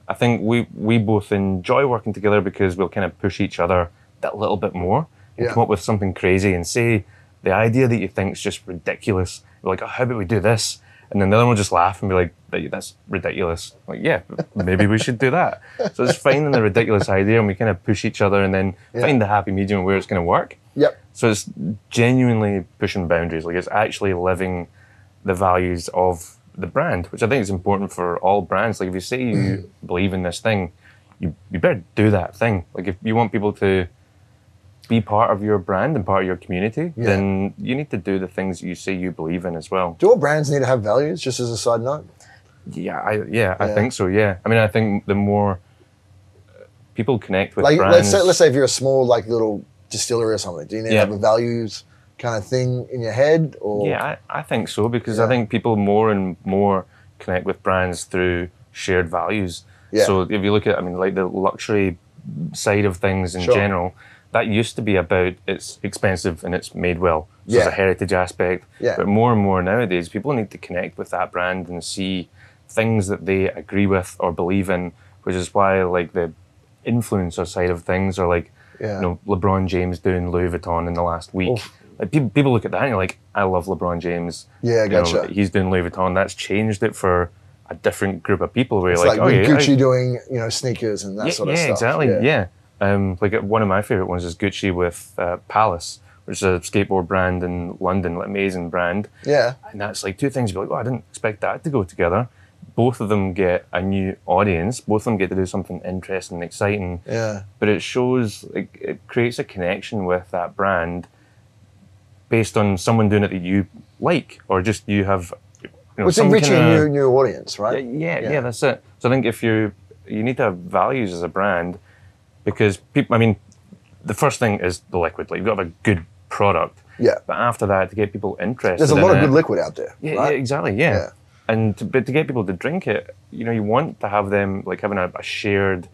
Speaker 1: I think we we both enjoy working together because we'll kind of push each other that little bit more and
Speaker 2: Yeah.
Speaker 1: come up with something crazy and say the idea that you think is just ridiculous. We're like, oh, how about we do this? And then the other one will just laugh and be like, "That- that's ridiculous. Like, yeah, maybe we should do that. So it's finding the ridiculous idea and we kind of push each other and then find the happy medium where it's going to work.
Speaker 2: Yep.
Speaker 1: So it's genuinely pushing boundaries. Like it's actually living the values of the brand, which I think is important for all brands. Like if you say you
Speaker 2: Mm.
Speaker 1: believe in this thing, you, you better do that thing. Like if you want people to be part of your brand and part of your community,
Speaker 2: Yeah.
Speaker 1: then you need to do the things that you say you believe in as well.
Speaker 2: Do all brands need to have values, just as a side note?
Speaker 1: Yeah, I, yeah, I
Speaker 2: Yeah.
Speaker 1: think so. Yeah, I mean, I think the more uh, people connect with
Speaker 2: like let's
Speaker 1: brands,
Speaker 2: say, let's say if you're a small like little distillery or something do you need
Speaker 1: Yeah.
Speaker 2: to have a values kind of thing in your head or
Speaker 1: Yeah, I, I think so because
Speaker 2: Yeah.
Speaker 1: I think people more and more connect with brands through shared values.
Speaker 2: Yeah.
Speaker 1: So if you look at, I mean, like the luxury side of things in
Speaker 2: Sure.
Speaker 1: general, that used to be about it's expensive and it's made well. So there's
Speaker 2: Yeah.
Speaker 1: a heritage aspect.
Speaker 2: Yeah.
Speaker 1: But more and more nowadays, people need to connect with that brand and see things that they agree with or believe in, which is why like the influencer side of things are like,
Speaker 2: Yeah.
Speaker 1: you know, LeBron James doing Louis Vuitton in the last week. Like people, people look at that and you're like, I love LeBron James.
Speaker 2: Yeah,
Speaker 1: You know,
Speaker 2: gotcha.
Speaker 1: he's doing Louis Vuitton. That's changed it for a different group of people. Where
Speaker 2: It's
Speaker 1: you're
Speaker 2: like,
Speaker 1: like, oh
Speaker 2: with
Speaker 1: yeah,
Speaker 2: Gucci
Speaker 1: I-
Speaker 2: doing you know sneakers and that
Speaker 1: yeah,
Speaker 2: sort of
Speaker 1: yeah,
Speaker 2: stuff.
Speaker 1: exactly. Yeah. Um, like uh, one of my favorite ones is Gucci with uh, Palace, which is a skateboard brand in London, like amazing brand.
Speaker 2: yeah,
Speaker 1: And that's like two things. You're like, oh, I didn't expect that to go together. Both of them get a new audience. Both of them get to do something interesting and exciting.
Speaker 2: yeah.
Speaker 1: But it shows, like, it creates a connection with that brand based on someone doing it that you like, or just you have. You know,
Speaker 2: Well, it's
Speaker 1: some uh,
Speaker 2: enriching
Speaker 1: kinda-
Speaker 2: a new new audience, right?
Speaker 1: yeah,
Speaker 2: Yeah.
Speaker 1: yeah, that's it. So I think if you you need to have values as a brand, because people, I mean, the first thing is the liquid. Like you've got to have a good product.
Speaker 2: Yeah.
Speaker 1: But after that, to get people interested,
Speaker 2: There's a
Speaker 1: in
Speaker 2: lot of
Speaker 1: it-
Speaker 2: good liquid out there,
Speaker 1: uh, Yeah, yeah,
Speaker 2: right?
Speaker 1: exactly. Yeah.
Speaker 2: Yeah.
Speaker 1: And to, but to get people to drink it, you know, you want to have them like having a, a shared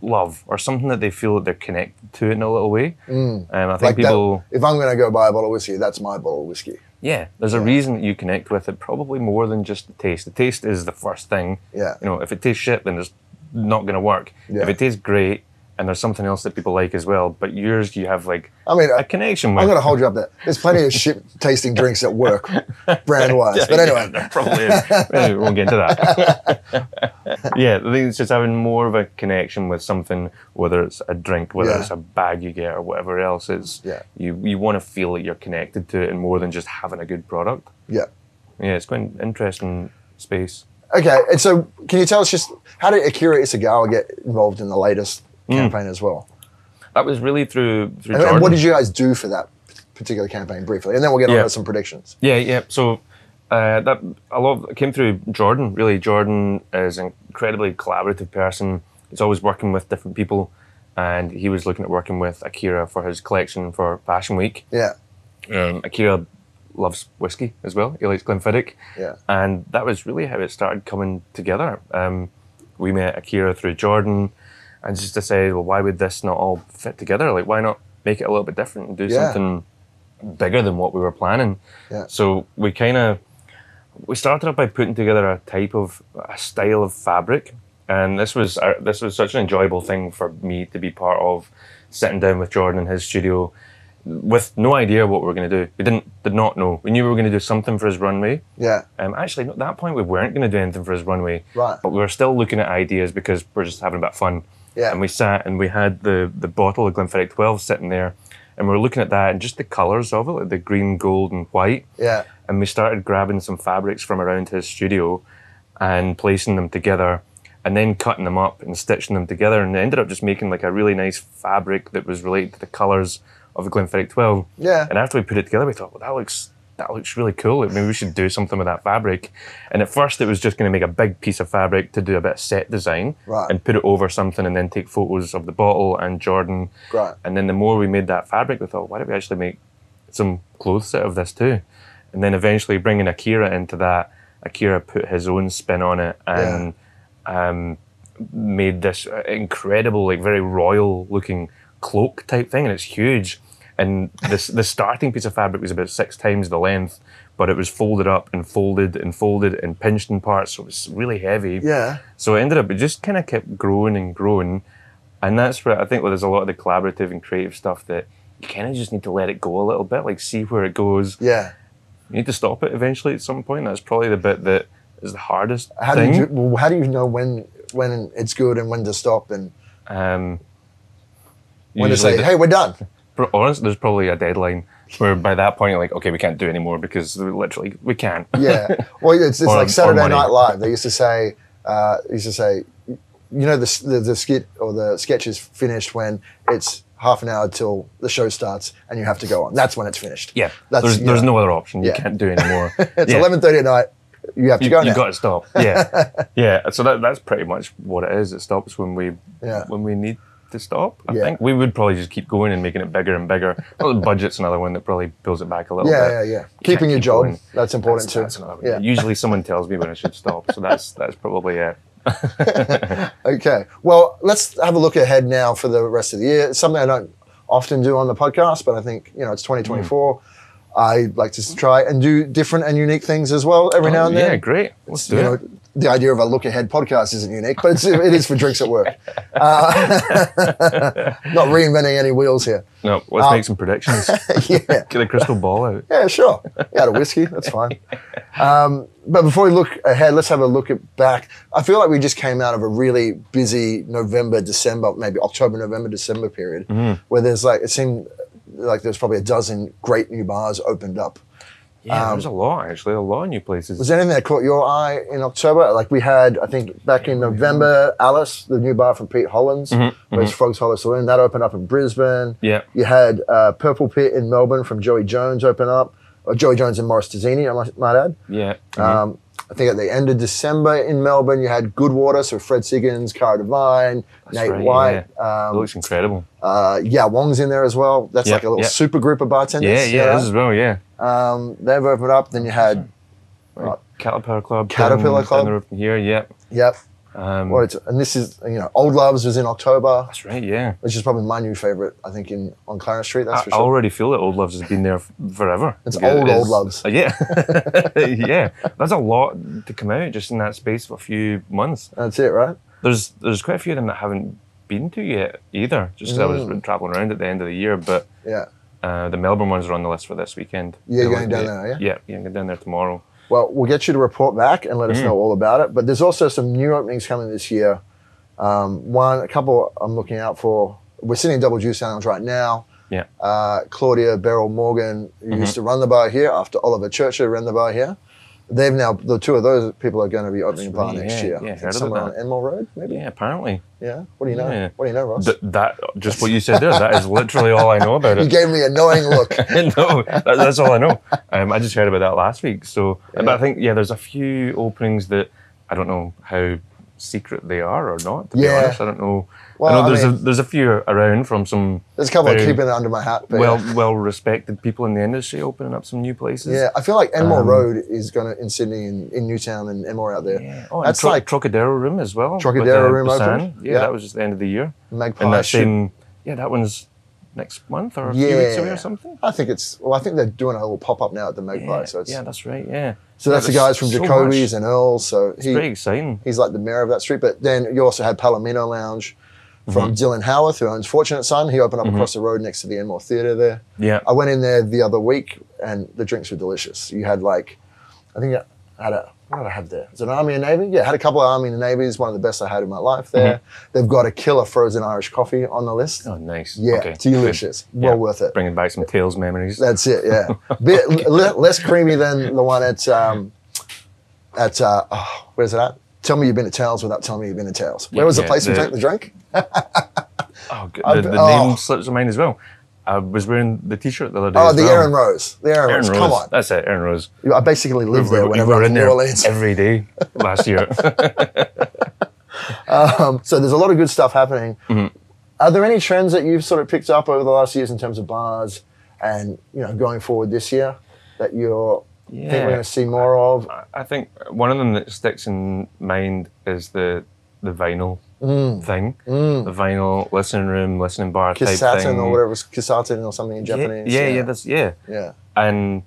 Speaker 1: love or something that they feel that they're connected to in a little way. Mm. Um, I think
Speaker 2: Like
Speaker 1: people.
Speaker 2: that, if I'm going to go buy a bottle of whiskey, that's my bottle of whiskey.
Speaker 1: Yeah, there's a reason that you connect with it probably more than just the taste. The taste is the first thing.
Speaker 2: Yeah.
Speaker 1: You know, if it tastes shit, then it's not going to work.
Speaker 2: Yeah.
Speaker 1: If it tastes great and there's something else that people like as well, but yours you have like
Speaker 2: I mean,
Speaker 1: a connection with.
Speaker 2: I'm going to hold you up there. There's plenty of shit tasting drinks at work, brand wise. But
Speaker 1: Yeah,
Speaker 2: anyway,
Speaker 1: yeah, probably is. Anyway, we won't get into that. yeah, I think it's just having more of a connection with something, whether it's a drink, whether
Speaker 2: Yeah.
Speaker 1: it's a bag you get, or whatever else. It's
Speaker 2: Yeah.
Speaker 1: you you want to feel that you're connected to it, and more than just having a good product.
Speaker 2: yeah.
Speaker 1: Yeah, it's quite an interesting space.
Speaker 2: Okay, and so can you tell us just how did Akira Isagawa get involved in the latest campaign as well?
Speaker 1: That was really through through Hmm.
Speaker 2: And, and
Speaker 1: Jordan.
Speaker 2: what did you guys do for that particular campaign briefly? And then we'll get on
Speaker 1: Yeah.
Speaker 2: to some predictions.
Speaker 1: yeah, yeah. So uh, that a lot of- it came through Jordan. Really, Jordan is an incredibly collaborative person. He's always working with different people, and he was looking at working with Akira for his collection for Fashion Week.
Speaker 2: Yeah,
Speaker 1: Um, Akira loves whiskey as well. He likes Glenfiddich.
Speaker 2: Yeah.
Speaker 1: And that was really how it started coming together. Um, we met Akira through Jordan and just decided, well, why would this not all fit together? Like, why not make it a little bit different and do
Speaker 2: Yeah.
Speaker 1: something bigger than what we were planning?
Speaker 2: Yeah.
Speaker 1: So we kind of we started off by putting together a type of a style of fabric, and this was uh, this was such an enjoyable thing for me to be part of, sitting down with Jordan in his studio, with no idea what we were going to do. We didn't did not know. We knew we were going to do something for his runway.
Speaker 2: yeah,
Speaker 1: Um, actually, no, at that point, we weren't going to do anything for his runway.
Speaker 2: Right.
Speaker 1: But we were still looking at ideas because we're just having a bit of fun.
Speaker 2: Yeah.
Speaker 1: And we sat and we had the, the bottle of Glenfiddich 12 sitting there, and we were looking at that and just the colours of it, like the green, gold, and white.
Speaker 2: yeah.
Speaker 1: And we started grabbing some fabrics from around his studio and placing them together and then cutting them up and stitching them together. And they ended up just making like a really nice fabric that was related to the colours of the Glenfiddich 12.
Speaker 2: Yeah.
Speaker 1: And after we put it together, we thought, well, that looks that looks really cool. Like, Maybe we should do something with that fabric. And at first, it was just going to make a big piece of fabric to do a bit of set design
Speaker 2: Right.
Speaker 1: and put it over something, and then take photos of the bottle and Jordan.
Speaker 2: Right.
Speaker 1: And then the more we made that fabric, we thought, why don't we actually make some clothes out of this too? And then eventually bringing Akira into that, Akira put his own spin on it and um, made this incredible, like very royal looking cloak type thing, and it's huge. And this the starting piece of fabric was about six times the length, but it was folded up and folded and folded and pinched in parts, so it was really heavy.
Speaker 2: Yeah.
Speaker 1: So it ended up, it just kind of kept growing and growing. And that's where I think there's a lot of the collaborative and creative stuff that you kind of just need to let it go a little bit, like see where it goes.
Speaker 2: Yeah.
Speaker 1: You need to stop it eventually at some point. That's probably the bit that is the hardest
Speaker 2: How do
Speaker 1: thing.
Speaker 2: you do, well, how do you know when when it's good and when to stop and
Speaker 1: um,
Speaker 2: when to
Speaker 1: usually
Speaker 2: say,
Speaker 1: the-
Speaker 2: hey, we're done?
Speaker 1: pro- honestly, there's probably a deadline where by that point you're like, okay, we can't do anymore because we literally we can't.
Speaker 2: Yeah. Well, it's, it's
Speaker 1: Or-
Speaker 2: like
Speaker 1: or
Speaker 2: Saturday
Speaker 1: money.
Speaker 2: Night Live. They used to say, uh, they used to say, you know, the, s- the the skit or the sketch is finished when it's half an hour till the show starts and you have to go on. That's when it's finished.
Speaker 1: yeah,
Speaker 2: That's,
Speaker 1: there's,
Speaker 2: you
Speaker 1: there's
Speaker 2: know,
Speaker 1: no other option.
Speaker 2: Yeah.
Speaker 1: You can't do anymore.
Speaker 2: It's
Speaker 1: Yeah.
Speaker 2: eleven thirty at night. You have to
Speaker 1: you,
Speaker 2: go
Speaker 1: you
Speaker 2: now.
Speaker 1: got to stop. Yeah, yeah. So that, that's pretty much what it is. It stops when we
Speaker 2: Yeah.
Speaker 1: when we need to stop. I
Speaker 2: Yeah.
Speaker 1: think we would probably just keep going and making it bigger and bigger. well, the budget's another one that probably pulls it back a little
Speaker 2: yeah, yeah,
Speaker 1: bit.
Speaker 2: yeah.
Speaker 1: You
Speaker 2: Keeping
Speaker 1: can't
Speaker 2: your
Speaker 1: keep
Speaker 2: job.
Speaker 1: going.
Speaker 2: That's important
Speaker 1: That's,
Speaker 2: too.
Speaker 1: that's another one.
Speaker 2: yeah.
Speaker 1: Usually someone tells me when I should stop, so that's that's probably it.
Speaker 2: Okay. Well, let's have a look ahead now
Speaker 1: Hmm.
Speaker 2: for the rest of the year. It's something I don't often do on the podcast, but I think, you know, it's 2024. I like to s- try and do different and unique things as well every now and then.
Speaker 1: Oh, Yeah, great. Let's do
Speaker 2: you
Speaker 1: it.
Speaker 2: know, the idea of a look ahead podcast isn't unique, but it's, it is for drinks at work. Uh, not reinventing any wheels here.
Speaker 1: no, let's
Speaker 2: um,
Speaker 1: make some predictions.
Speaker 2: yeah,
Speaker 1: Get a crystal ball out.
Speaker 2: yeah, sure. You had a whiskey, that's fine. Um, but before we look ahead, let's have a look at back. I feel like we just came out of a really busy November, December, maybe October, November, December period, where there's like it seemed like there's probably a dozen great new bars opened up.
Speaker 1: Yeah, there's a lot actually, a lot of new places.
Speaker 2: Um, Was there anything that caught your eye in October? Like we had, I think back in November, Alice, the new bar from Pete Hollins, where it's Frogs Hollow Saloon, that opened up in Brisbane.
Speaker 1: Mm-hmm, Yeah.
Speaker 2: You had uh, Purple Pit in Melbourne from Joey Jones open up, or Joey Jones and Morris Tazzini, I might, might add.
Speaker 1: yeah.
Speaker 2: Um, I think at the end of December in Melbourne, you had Goodwater, so Fred Siggins, Cara Devine, Nate
Speaker 1: right,
Speaker 2: White.
Speaker 1: yeah. it
Speaker 2: Um,
Speaker 1: looks incredible.
Speaker 2: uh, yeah, Wong's in there as well. That's
Speaker 1: Yeah,
Speaker 2: like a little
Speaker 1: yeah.
Speaker 2: super group of bartenders.
Speaker 1: Yeah,
Speaker 2: you know?
Speaker 1: yeah, this as well, yeah.
Speaker 2: um, they've opened up. Then you had, Right.
Speaker 1: Caterpillar Club. down-
Speaker 2: Caterpillar
Speaker 1: down
Speaker 2: Club.
Speaker 1: the road from here, yeah.
Speaker 2: yep.
Speaker 1: Um,
Speaker 2: Well, it's, and this is you know, Old Loves was in October,
Speaker 1: that's right, yeah.
Speaker 2: which is probably my new favorite. I think in on Clarence Street. That's
Speaker 1: I,
Speaker 2: for
Speaker 1: I
Speaker 2: sure.
Speaker 1: already feel that Uh, Old Loves has been there f- forever.
Speaker 2: It's
Speaker 1: Yeah,
Speaker 2: old,
Speaker 1: it
Speaker 2: old
Speaker 1: is.
Speaker 2: loves.
Speaker 1: Uh, yeah. yeah. That's a lot to come out just in that space of a few months.
Speaker 2: That's it, right?
Speaker 1: There's there's quite a few of them that I haven't been to yet either, just 'cause I
Speaker 2: Mm.
Speaker 1: was traveling around at the end of the year. But
Speaker 2: Yeah.
Speaker 1: uh, the Melbourne ones are on the list for this weekend.
Speaker 2: Yeah, you're
Speaker 1: They're
Speaker 2: going
Speaker 1: like-
Speaker 2: down there, yeah?
Speaker 1: Yeah, yeah, I'm going down there tomorrow.
Speaker 2: Well, we'll get you to report back and
Speaker 1: Mm.
Speaker 2: let us know all about it. But there's also some new openings coming this year. Um, one, a couple I'm looking out for. We're sitting in Double Juice Lounge right now.
Speaker 1: Yeah. Mm-hmm.
Speaker 2: Uh, Claudia Beryl Morgan, who used to run the bar here after Oliver Churchill ran the bar here. They've now, the two of those people are going to be opening
Speaker 1: That's
Speaker 2: a bar
Speaker 1: right,
Speaker 2: next
Speaker 1: yeah,
Speaker 2: year.
Speaker 1: yeah,
Speaker 2: I think
Speaker 1: heard about
Speaker 2: somewhere on
Speaker 1: that.
Speaker 2: Enmore Road, maybe?
Speaker 1: Yeah, apparently.
Speaker 2: Yeah. What do you know?
Speaker 1: Yeah.
Speaker 2: What do you know, Ross?
Speaker 1: Th- that just what you said there. That is literally all I know about
Speaker 2: you
Speaker 1: it.
Speaker 2: gave me a knowing look.
Speaker 1: no, that, that's all I know. Um, I just heard about that last week. So, but I think yeah, there's a few openings that I don't know how secret they are or not. To
Speaker 2: Yeah.
Speaker 1: be honest, I don't know.
Speaker 2: Well,
Speaker 1: I know
Speaker 2: I
Speaker 1: there's a,
Speaker 2: mean-
Speaker 1: there's a few around from some
Speaker 2: There's a couple of
Speaker 1: Very-
Speaker 2: keeping it under my hat. But
Speaker 1: well well respected people in the industry opening up some new places.
Speaker 2: Yeah, I feel like Enmore
Speaker 1: Um,
Speaker 2: Road is going to in Sydney and in Newtown and Enmore out there.
Speaker 1: Yeah. Oh, That's and
Speaker 2: That's
Speaker 1: Tro-
Speaker 2: like-
Speaker 1: like Trocadero Room as well. with, uh,
Speaker 2: Trocadero Room
Speaker 1: Busan.
Speaker 2: opened.
Speaker 1: Yeah,
Speaker 2: Yeah. Oh,
Speaker 1: that was just the end of the year.
Speaker 2: Magpie.
Speaker 1: And that
Speaker 2: should-
Speaker 1: same, yeah, that one's next month or a few weeks away
Speaker 2: Yeah.
Speaker 1: or something.
Speaker 2: I think it's well. I think they're doing a little pop up now at the Magpie.
Speaker 1: Yeah,
Speaker 2: so it's,
Speaker 1: yeah, that's right. Yeah.
Speaker 2: so that's
Speaker 1: Yeah,
Speaker 2: the guys
Speaker 1: there's
Speaker 2: from
Speaker 1: so much.
Speaker 2: Jacoby's and Earl. So
Speaker 1: It's pretty
Speaker 2: he,
Speaker 1: exciting.
Speaker 2: he's like the mayor of that street. But then you also had Palomino Lounge from
Speaker 1: Mm-hmm.
Speaker 2: Dylan Howarth, who owns Fortunate Son. He opened up across the road next to the Enmore Theatre there.
Speaker 1: Yeah.
Speaker 2: I went in there the other week, and the drinks were delicious. You had like, I think I had a what did I have there? It's an army and navy. Yeah, I had a couple of army and navies. One of the best I had in my life there. They've got a killer frozen Irish coffee on the list.
Speaker 1: Mm-hmm. Oh, nice.
Speaker 2: Yeah,
Speaker 1: Okay,
Speaker 2: delicious.
Speaker 1: good.
Speaker 2: Well
Speaker 1: Yeah.
Speaker 2: worth it.
Speaker 1: Bringing back some Tales memories.
Speaker 2: That's it. Yeah, Bit, le- less creamy than the one at um, at uh, oh, where's it at? Tell me you've been to Tails without telling me you've been to Tails. Where
Speaker 1: Yeah,
Speaker 2: was the
Speaker 1: yeah,
Speaker 2: place we
Speaker 1: the-
Speaker 2: drank the drink?
Speaker 1: oh, good.
Speaker 2: I've-
Speaker 1: The, the
Speaker 2: oh.
Speaker 1: name slips my mind as well. I was wearing the T-shirt the other day.
Speaker 2: Oh,
Speaker 1: as
Speaker 2: the
Speaker 1: well.
Speaker 2: Aaron Rose. The Aaron,
Speaker 1: Aaron
Speaker 2: Rose.
Speaker 1: Rose.
Speaker 2: Come on.
Speaker 1: That's it, Aaron Rose.
Speaker 2: I basically lived
Speaker 1: We
Speaker 2: there
Speaker 1: were-
Speaker 2: whenever
Speaker 1: we
Speaker 2: I
Speaker 1: were in
Speaker 2: was in New
Speaker 1: there
Speaker 2: Orleans.
Speaker 1: every day last year.
Speaker 2: Um, so there's a lot of good stuff happening.
Speaker 1: Mm-hmm.
Speaker 2: Are there any trends that you've sort of picked up over the last years in terms of bars and you know going forward this year that you're think
Speaker 1: Yeah.
Speaker 2: we're going to see more of?
Speaker 1: I- I think one of them that sticks in mind is the the vinyl
Speaker 2: Mm.
Speaker 1: thing, the vinyl listening room, listening bar type
Speaker 2: Kisaten
Speaker 1: thing.
Speaker 2: or whatever, it's kisaten or something in
Speaker 1: Yeah,
Speaker 2: Japanese.
Speaker 1: yeah, yeah, that's yeah,
Speaker 2: yeah.
Speaker 1: and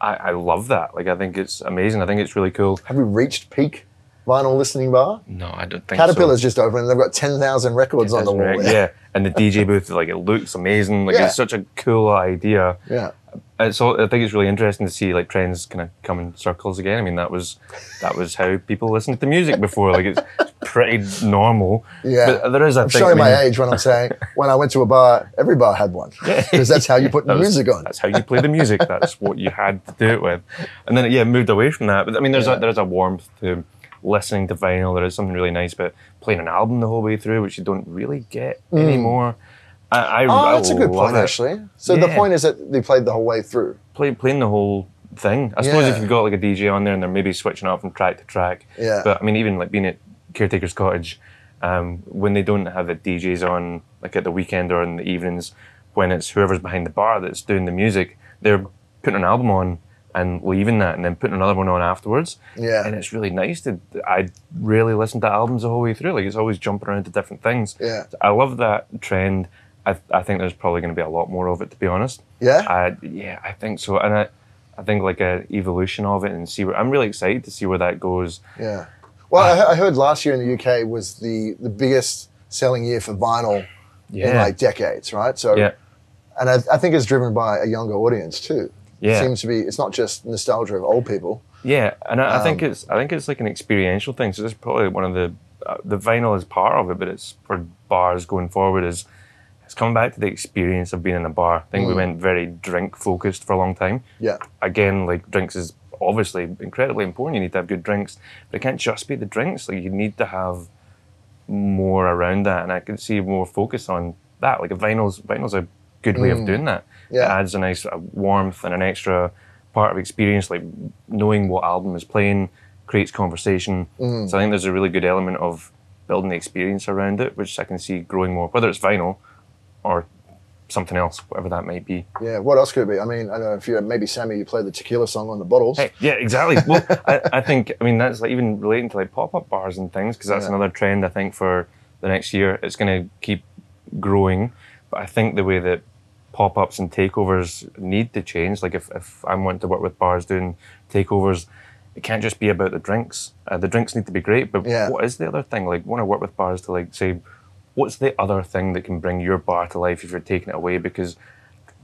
Speaker 1: I, I love that. Like, I think it's amazing. I think it's really cool.
Speaker 2: Have we reached peak vinyl listening bar?
Speaker 1: No, I don't think
Speaker 2: Caterpillar's just over and they've got ten thousand records on the wall.
Speaker 1: Right,
Speaker 2: there.
Speaker 1: yeah, and the DJ booth, like it looks amazing. Like
Speaker 2: Yeah.
Speaker 1: it's such a cool idea.
Speaker 2: yeah.
Speaker 1: And so I think it's really interesting to see like trends kind of come in circles again. I mean, that was that was how people listened to music before. Like it's pretty normal.
Speaker 2: Yeah.
Speaker 1: but uh, there is a
Speaker 2: I'm
Speaker 1: thing.
Speaker 2: showing
Speaker 1: I mean,
Speaker 2: my age when I'm saying when I went to a bar, every bar had one because that's how you put
Speaker 1: that was-
Speaker 2: music on.
Speaker 1: That's how you play the music. That's what you had to do it with. And then yeah, moved away from that. But I mean, there's
Speaker 2: Yeah.
Speaker 1: a, there's a warmth to listening to vinyl. There is something really nice about playing an album the whole way through, which you don't really get anymore. I, I,
Speaker 2: Hmm. Oh,
Speaker 1: I
Speaker 2: that's a good
Speaker 1: love
Speaker 2: point,
Speaker 1: it.
Speaker 2: actually. So the
Speaker 1: Yeah.
Speaker 2: point is that they played the whole way through.
Speaker 1: Play, playing the whole thing. I suppose
Speaker 2: Yeah.
Speaker 1: if you've got like a DJ on there and they're maybe switching up from track to track.
Speaker 2: Yeah.
Speaker 1: But I mean, even like being at Caretaker's Cottage, um, when they don't have the DJs on, like at the weekend or in the evenings, when it's whoever's behind the bar that's doing the music, they're putting an album on and leaving that and then putting another one on afterwards.
Speaker 2: Yeah.
Speaker 1: And it's really nice to, I really listen to albums the whole way through. Like it's always jumping around to different things.
Speaker 2: Yeah.
Speaker 1: I love that trend. I, I think there's probably going to be a lot more of it, to be honest.
Speaker 2: Yeah?
Speaker 1: I, yeah, I think so. And I, I think like a evolution of it and see where I'm really excited to see where that goes.
Speaker 2: Yeah. Well,
Speaker 1: Uh,
Speaker 2: I, he- I heard last year in the UK was the the biggest selling year for vinyl in like decades, right? So,
Speaker 1: yeah,
Speaker 2: and I, I think it's driven by a younger audience too.
Speaker 1: yeah,
Speaker 2: It seems to be. It's not just nostalgia of old people.
Speaker 1: yeah. And I, I think
Speaker 2: Um,
Speaker 1: it's I think it's like an experiential thing. So that's probably one of the uh, the vinyl is part of it, but it's for bars going forward is it's coming back to the experience of being in a bar. I think
Speaker 2: Mm.
Speaker 1: we went very drink focused for a long time.
Speaker 2: Yeah.
Speaker 1: again, like drinks is obviously incredibly important. You need to have good drinks, but it can't just be the drinks. Like you need to have more around that, and I can see more focus on that. Like a vinyls, vinyls a good way of doing that. It
Speaker 2: Yeah.
Speaker 1: adds a nice uh, warmth and an extra part of experience. Like knowing what album is playing creates conversation. So I think there's a really good element of building the experience around it, which I can see growing more, whether it's vinyl or something else, whatever that might be.
Speaker 2: Yeah. What else could it be? I mean, I don't know if you maybe Sammy, you played the tequila song on the bottles.
Speaker 1: Hey, yeah, exactly. Well, I, I think I mean that's like even relating to like pop up bars and things because that's
Speaker 2: Yeah.
Speaker 1: another trend I think for the next year. It's going to keep growing, but I think the way that pop ups and takeovers need to change. Like if if I want to work with bars doing takeovers. It can't just be about the drinks. Uh, the drinks need to be great, but
Speaker 2: Yeah.
Speaker 1: what is the other thing? Like, want to work with bars to like say, what's the other thing that can bring your bar to life if you're taking it away? Because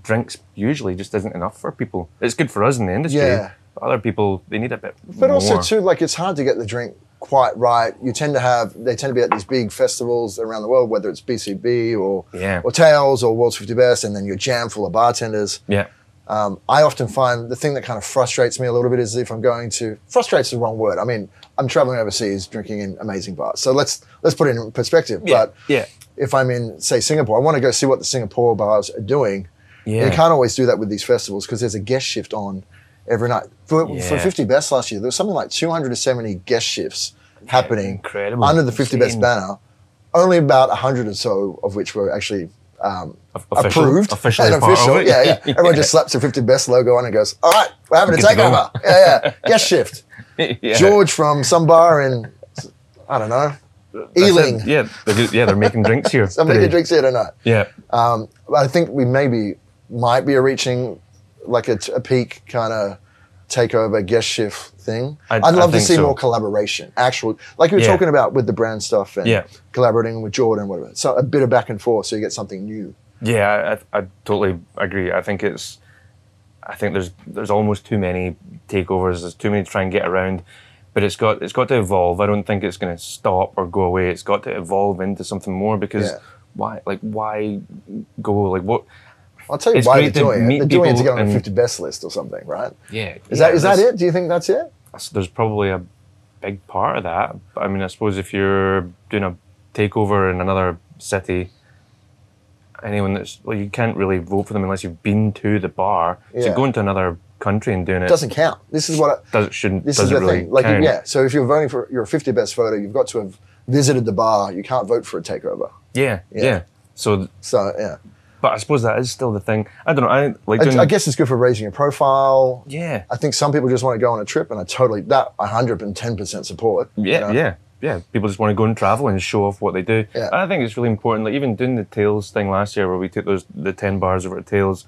Speaker 1: drinks usually just isn't enough for people. It's good for us in the industry.
Speaker 2: Yeah.
Speaker 1: But other people, they need a bit
Speaker 2: But
Speaker 1: more.
Speaker 2: also too, like it's hard to get the drink quite right. You tend to have they tend to be at these big festivals around the world, whether it's BCB or
Speaker 1: Yeah.
Speaker 2: or Tails or World's 50 Best, and then you're jam full of bartenders.
Speaker 1: yeah,
Speaker 2: Um, I often find the thing that kind of frustrates me a little bit is if I'm going to frustrates is the wrong word. I mean, I'm traveling overseas, drinking in amazing bars. So let's let's put it in perspective.
Speaker 1: yeah,
Speaker 2: But
Speaker 1: yeah,
Speaker 2: if I'm in say Singapore, I want to go see what the Singapore bars are doing. And
Speaker 1: yeah.
Speaker 2: you can't always do that with these festivals because there's a guest shift on every night. For, for
Speaker 1: Yeah.
Speaker 2: 50 Best last year, there was something like 270 guest shifts happening
Speaker 1: incredible.
Speaker 2: under the 50 Best
Speaker 1: Insane.
Speaker 2: banner, only about 100 or so of which were actually um,
Speaker 1: Of- official-
Speaker 2: approved.
Speaker 1: officially
Speaker 2: and
Speaker 1: part of
Speaker 2: official.
Speaker 1: it.
Speaker 2: Yeah, yeah. Everyone just slaps the 50 Best logo on and goes, all right, we're having a
Speaker 1: Good to go."
Speaker 2: takeover. Yeah, yeah. Guest shift.
Speaker 1: yeah.
Speaker 2: George from some bar in, I don't know,
Speaker 1: That's it.
Speaker 2: Ealing.
Speaker 1: Yeah, they're, good- yeah, they're making drinks here.
Speaker 2: I'm
Speaker 1: today.
Speaker 2: making drinks here tonight.
Speaker 1: Yeah,
Speaker 2: Um, but I think we maybe might be reaching like a, a peak kind of takeover guest shift thing.
Speaker 1: I-
Speaker 2: I'd love
Speaker 1: I
Speaker 2: to
Speaker 1: think
Speaker 2: see
Speaker 1: so.
Speaker 2: more collaboration, actual, like you were
Speaker 1: Yeah.
Speaker 2: talking about with the brand stuff and
Speaker 1: Yeah.
Speaker 2: collaborating with Jordan, whatever. So a bit of back and forth, so you get something new.
Speaker 1: yeah, I, I, I totally agree. I think it's, I think there's there's almost too many takeovers. There's too many to try and get around, but it's got it's got to evolve. I don't think it's going to stop or go away. It's got to evolve into something more because
Speaker 2: Yeah.
Speaker 1: why like why go like what
Speaker 2: I'll tell you
Speaker 1: It's
Speaker 2: why they're
Speaker 1: great to
Speaker 2: doing it.
Speaker 1: meet
Speaker 2: They're doing it to
Speaker 1: people
Speaker 2: get on the
Speaker 1: and-
Speaker 2: 50 best list or something, right?
Speaker 1: yeah
Speaker 2: Is that is that it? Do you think that's it?
Speaker 1: that's- there's probably a big part of that. I mean, I suppose if you're doing a takeover in another city, anyone that's well, you can't really vote for them unless you've been to the bar.
Speaker 2: Yeah.
Speaker 1: So going to another country and doing it
Speaker 2: Doesn't count. This is what I,
Speaker 1: does, shouldn't
Speaker 2: this is
Speaker 1: doesn't
Speaker 2: the
Speaker 1: really
Speaker 2: thing. Like
Speaker 1: count.
Speaker 2: yeah, so if you're voting for your 50 best photo, you've got to have visited the bar. You can't vote for a takeover.
Speaker 1: yeah,
Speaker 2: Yeah.
Speaker 1: yeah, So, th-
Speaker 2: So yeah.
Speaker 1: but I suppose that is still the thing. I don't know. I like doing,
Speaker 2: I, I guess it's good for raising your profile.
Speaker 1: yeah,
Speaker 2: I think some people just want to go on a trip, and I totally that 110% support. you
Speaker 1: Yeah,
Speaker 2: know?
Speaker 1: yeah, yeah. People just want to go and travel and show off what they do.
Speaker 2: Yeah.
Speaker 1: And I think it's really important. Like even doing the tails thing last year, where we took those the ten bars over at tails.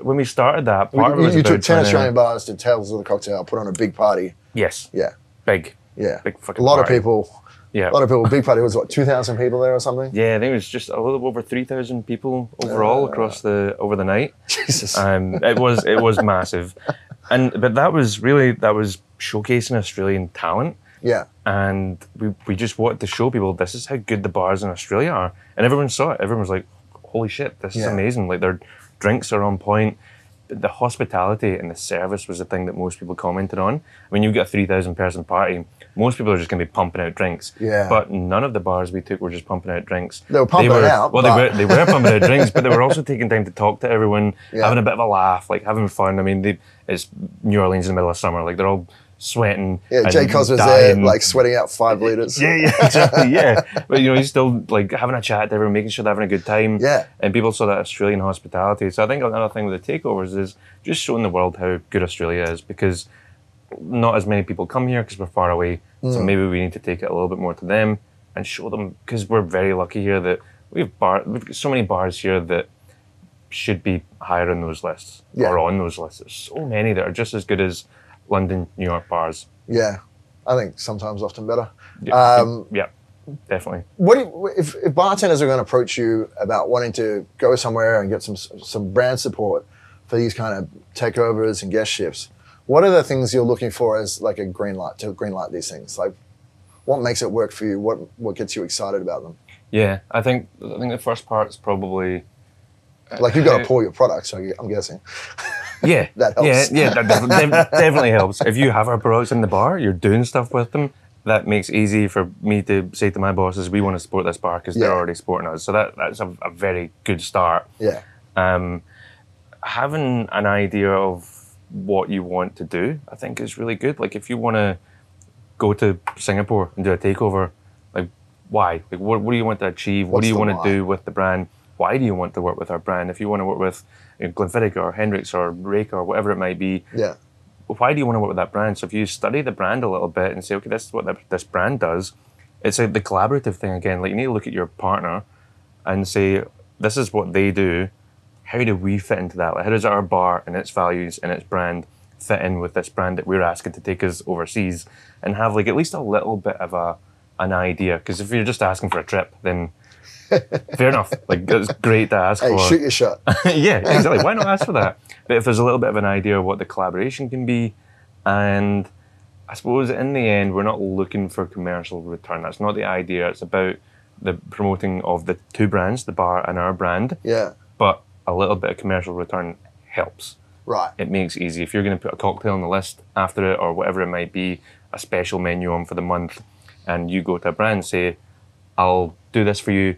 Speaker 1: When we started that, part of it
Speaker 2: You,
Speaker 1: was
Speaker 2: you
Speaker 1: about
Speaker 2: took 10
Speaker 1: trying to-
Speaker 2: Australian bars, did Tales of the Cocktail, put on a big party.
Speaker 1: Yes,
Speaker 2: Yeah,
Speaker 1: big.
Speaker 2: yeah.
Speaker 1: Big fucking
Speaker 2: a lot
Speaker 1: party.
Speaker 2: of people,
Speaker 1: Yeah,
Speaker 2: a lot of people, big party was what, 2,000 people there or something?
Speaker 1: yeah. I think it was just a little over three thousand people overall
Speaker 2: Uh.
Speaker 1: across the over the night.
Speaker 2: Jesus.
Speaker 1: Um, it was it was massive, and but that was really that was showcasing Australian talent.
Speaker 2: yeah,
Speaker 1: and we, we just wanted to show people this is how good the bars in Australia are. And everyone saw it. Everyone was like, holy shit, this is
Speaker 2: Yeah.
Speaker 1: amazing. Like their drinks are on point. The hospitality and the service was the thing that most people commented on. When you get a 3,000 person party, most people are just going to be pumping out drinks.
Speaker 2: Yeah.
Speaker 1: But none of the bars we took were just pumping out drinks.
Speaker 2: They were pumping it out,
Speaker 1: Well, they
Speaker 2: but-
Speaker 1: were, they were pumping out drinks, but they were also taking time to talk to everyone,
Speaker 2: Yeah.
Speaker 1: having a bit of a laugh, like having fun. I mean, they, it's New Orleans in the middle of summer. Like they're all sweating.
Speaker 2: yeah.
Speaker 1: and
Speaker 2: Jay Cos was there,
Speaker 1: dying.
Speaker 2: like sweating out five liters.
Speaker 1: Yeah, yeah, exactly. Yeah, but you know, he's still like having a chat to everyone, making sure they're having a good time.
Speaker 2: Yeah.
Speaker 1: and people saw that Australian hospitality. So I think another thing with the takeovers is just showing the world how good Australia is because not as many people come here because we're far away. So maybe we need to take it a little bit more to them and show them because we're very lucky here that we have bar, we've got so many bars here that should be higher on those lists
Speaker 2: Yeah.
Speaker 1: or on those lists. There's so many that are just as good as London, New York bars.
Speaker 2: Yeah, I think sometimes often better.
Speaker 1: Yeah,
Speaker 2: Um,
Speaker 1: yeah, definitely.
Speaker 2: What do you, if, if bartenders are going to approach you about wanting to go somewhere and get some some brand support for these kind of takeovers and guest shifts? What are the things you're looking for as like a green light to green light these things? Like, what makes it work for you? What what gets you excited about them?
Speaker 1: Yeah, I think I think the first part's probably
Speaker 2: Like you've
Speaker 1: Uh,
Speaker 2: got to pull your product, so you, I'm guessing.
Speaker 1: yeah
Speaker 2: That helps.
Speaker 1: Yeah, yeah, that def- def- definitely helps. If you have our products in the bar, you're doing stuff with them. That makes it easy for me to say to my bosses, "We want to support this bar because
Speaker 2: Yeah.
Speaker 1: they're already supporting us." So that that's a, a very good start.
Speaker 2: Yeah,
Speaker 1: um, having an idea of what you want to do, I think, is really good. Like, if you want to go to Singapore and do a takeover, like, why? Like, what, what do you want to achieve? what
Speaker 2: What's
Speaker 1: do you
Speaker 2: the
Speaker 1: want
Speaker 2: why?
Speaker 1: to do with the brand? Why do you want to work with our brand? If you want to work with you know, Glenfiddich or Hendrix or Rake or whatever it might be,
Speaker 2: yeah,
Speaker 1: why do you want to work with that brand? So if you study the brand a little bit and say, okay, this is what that, this brand does, it's like the collaborative thing again. Like you need to look at your partner and say, this is what they do. How do we fit into that? Like, how does our bar and its values and its brand fit in with this brand that we're asking to take us overseas and have like at least a little bit of a an idea? Because if you're just asking for a trip, then fair enough. Like that's great to ask
Speaker 2: Hey,
Speaker 1: for
Speaker 2: shoot your shot.
Speaker 1: yeah, exactly. Why not ask for that? But if there's a little bit of an idea of what the collaboration can be, and I suppose in the end, we're not looking for commercial return. That's not the idea. It's about the promoting of the two brands, the bar and our brand,
Speaker 2: Yeah,
Speaker 1: but a little bit of commercial return helps.
Speaker 2: right.
Speaker 1: It makes it easy. If you're going to put a cocktail on the list after it or whatever it might be, a special menu on for the month, and you go to a brand and say, I'll do this for you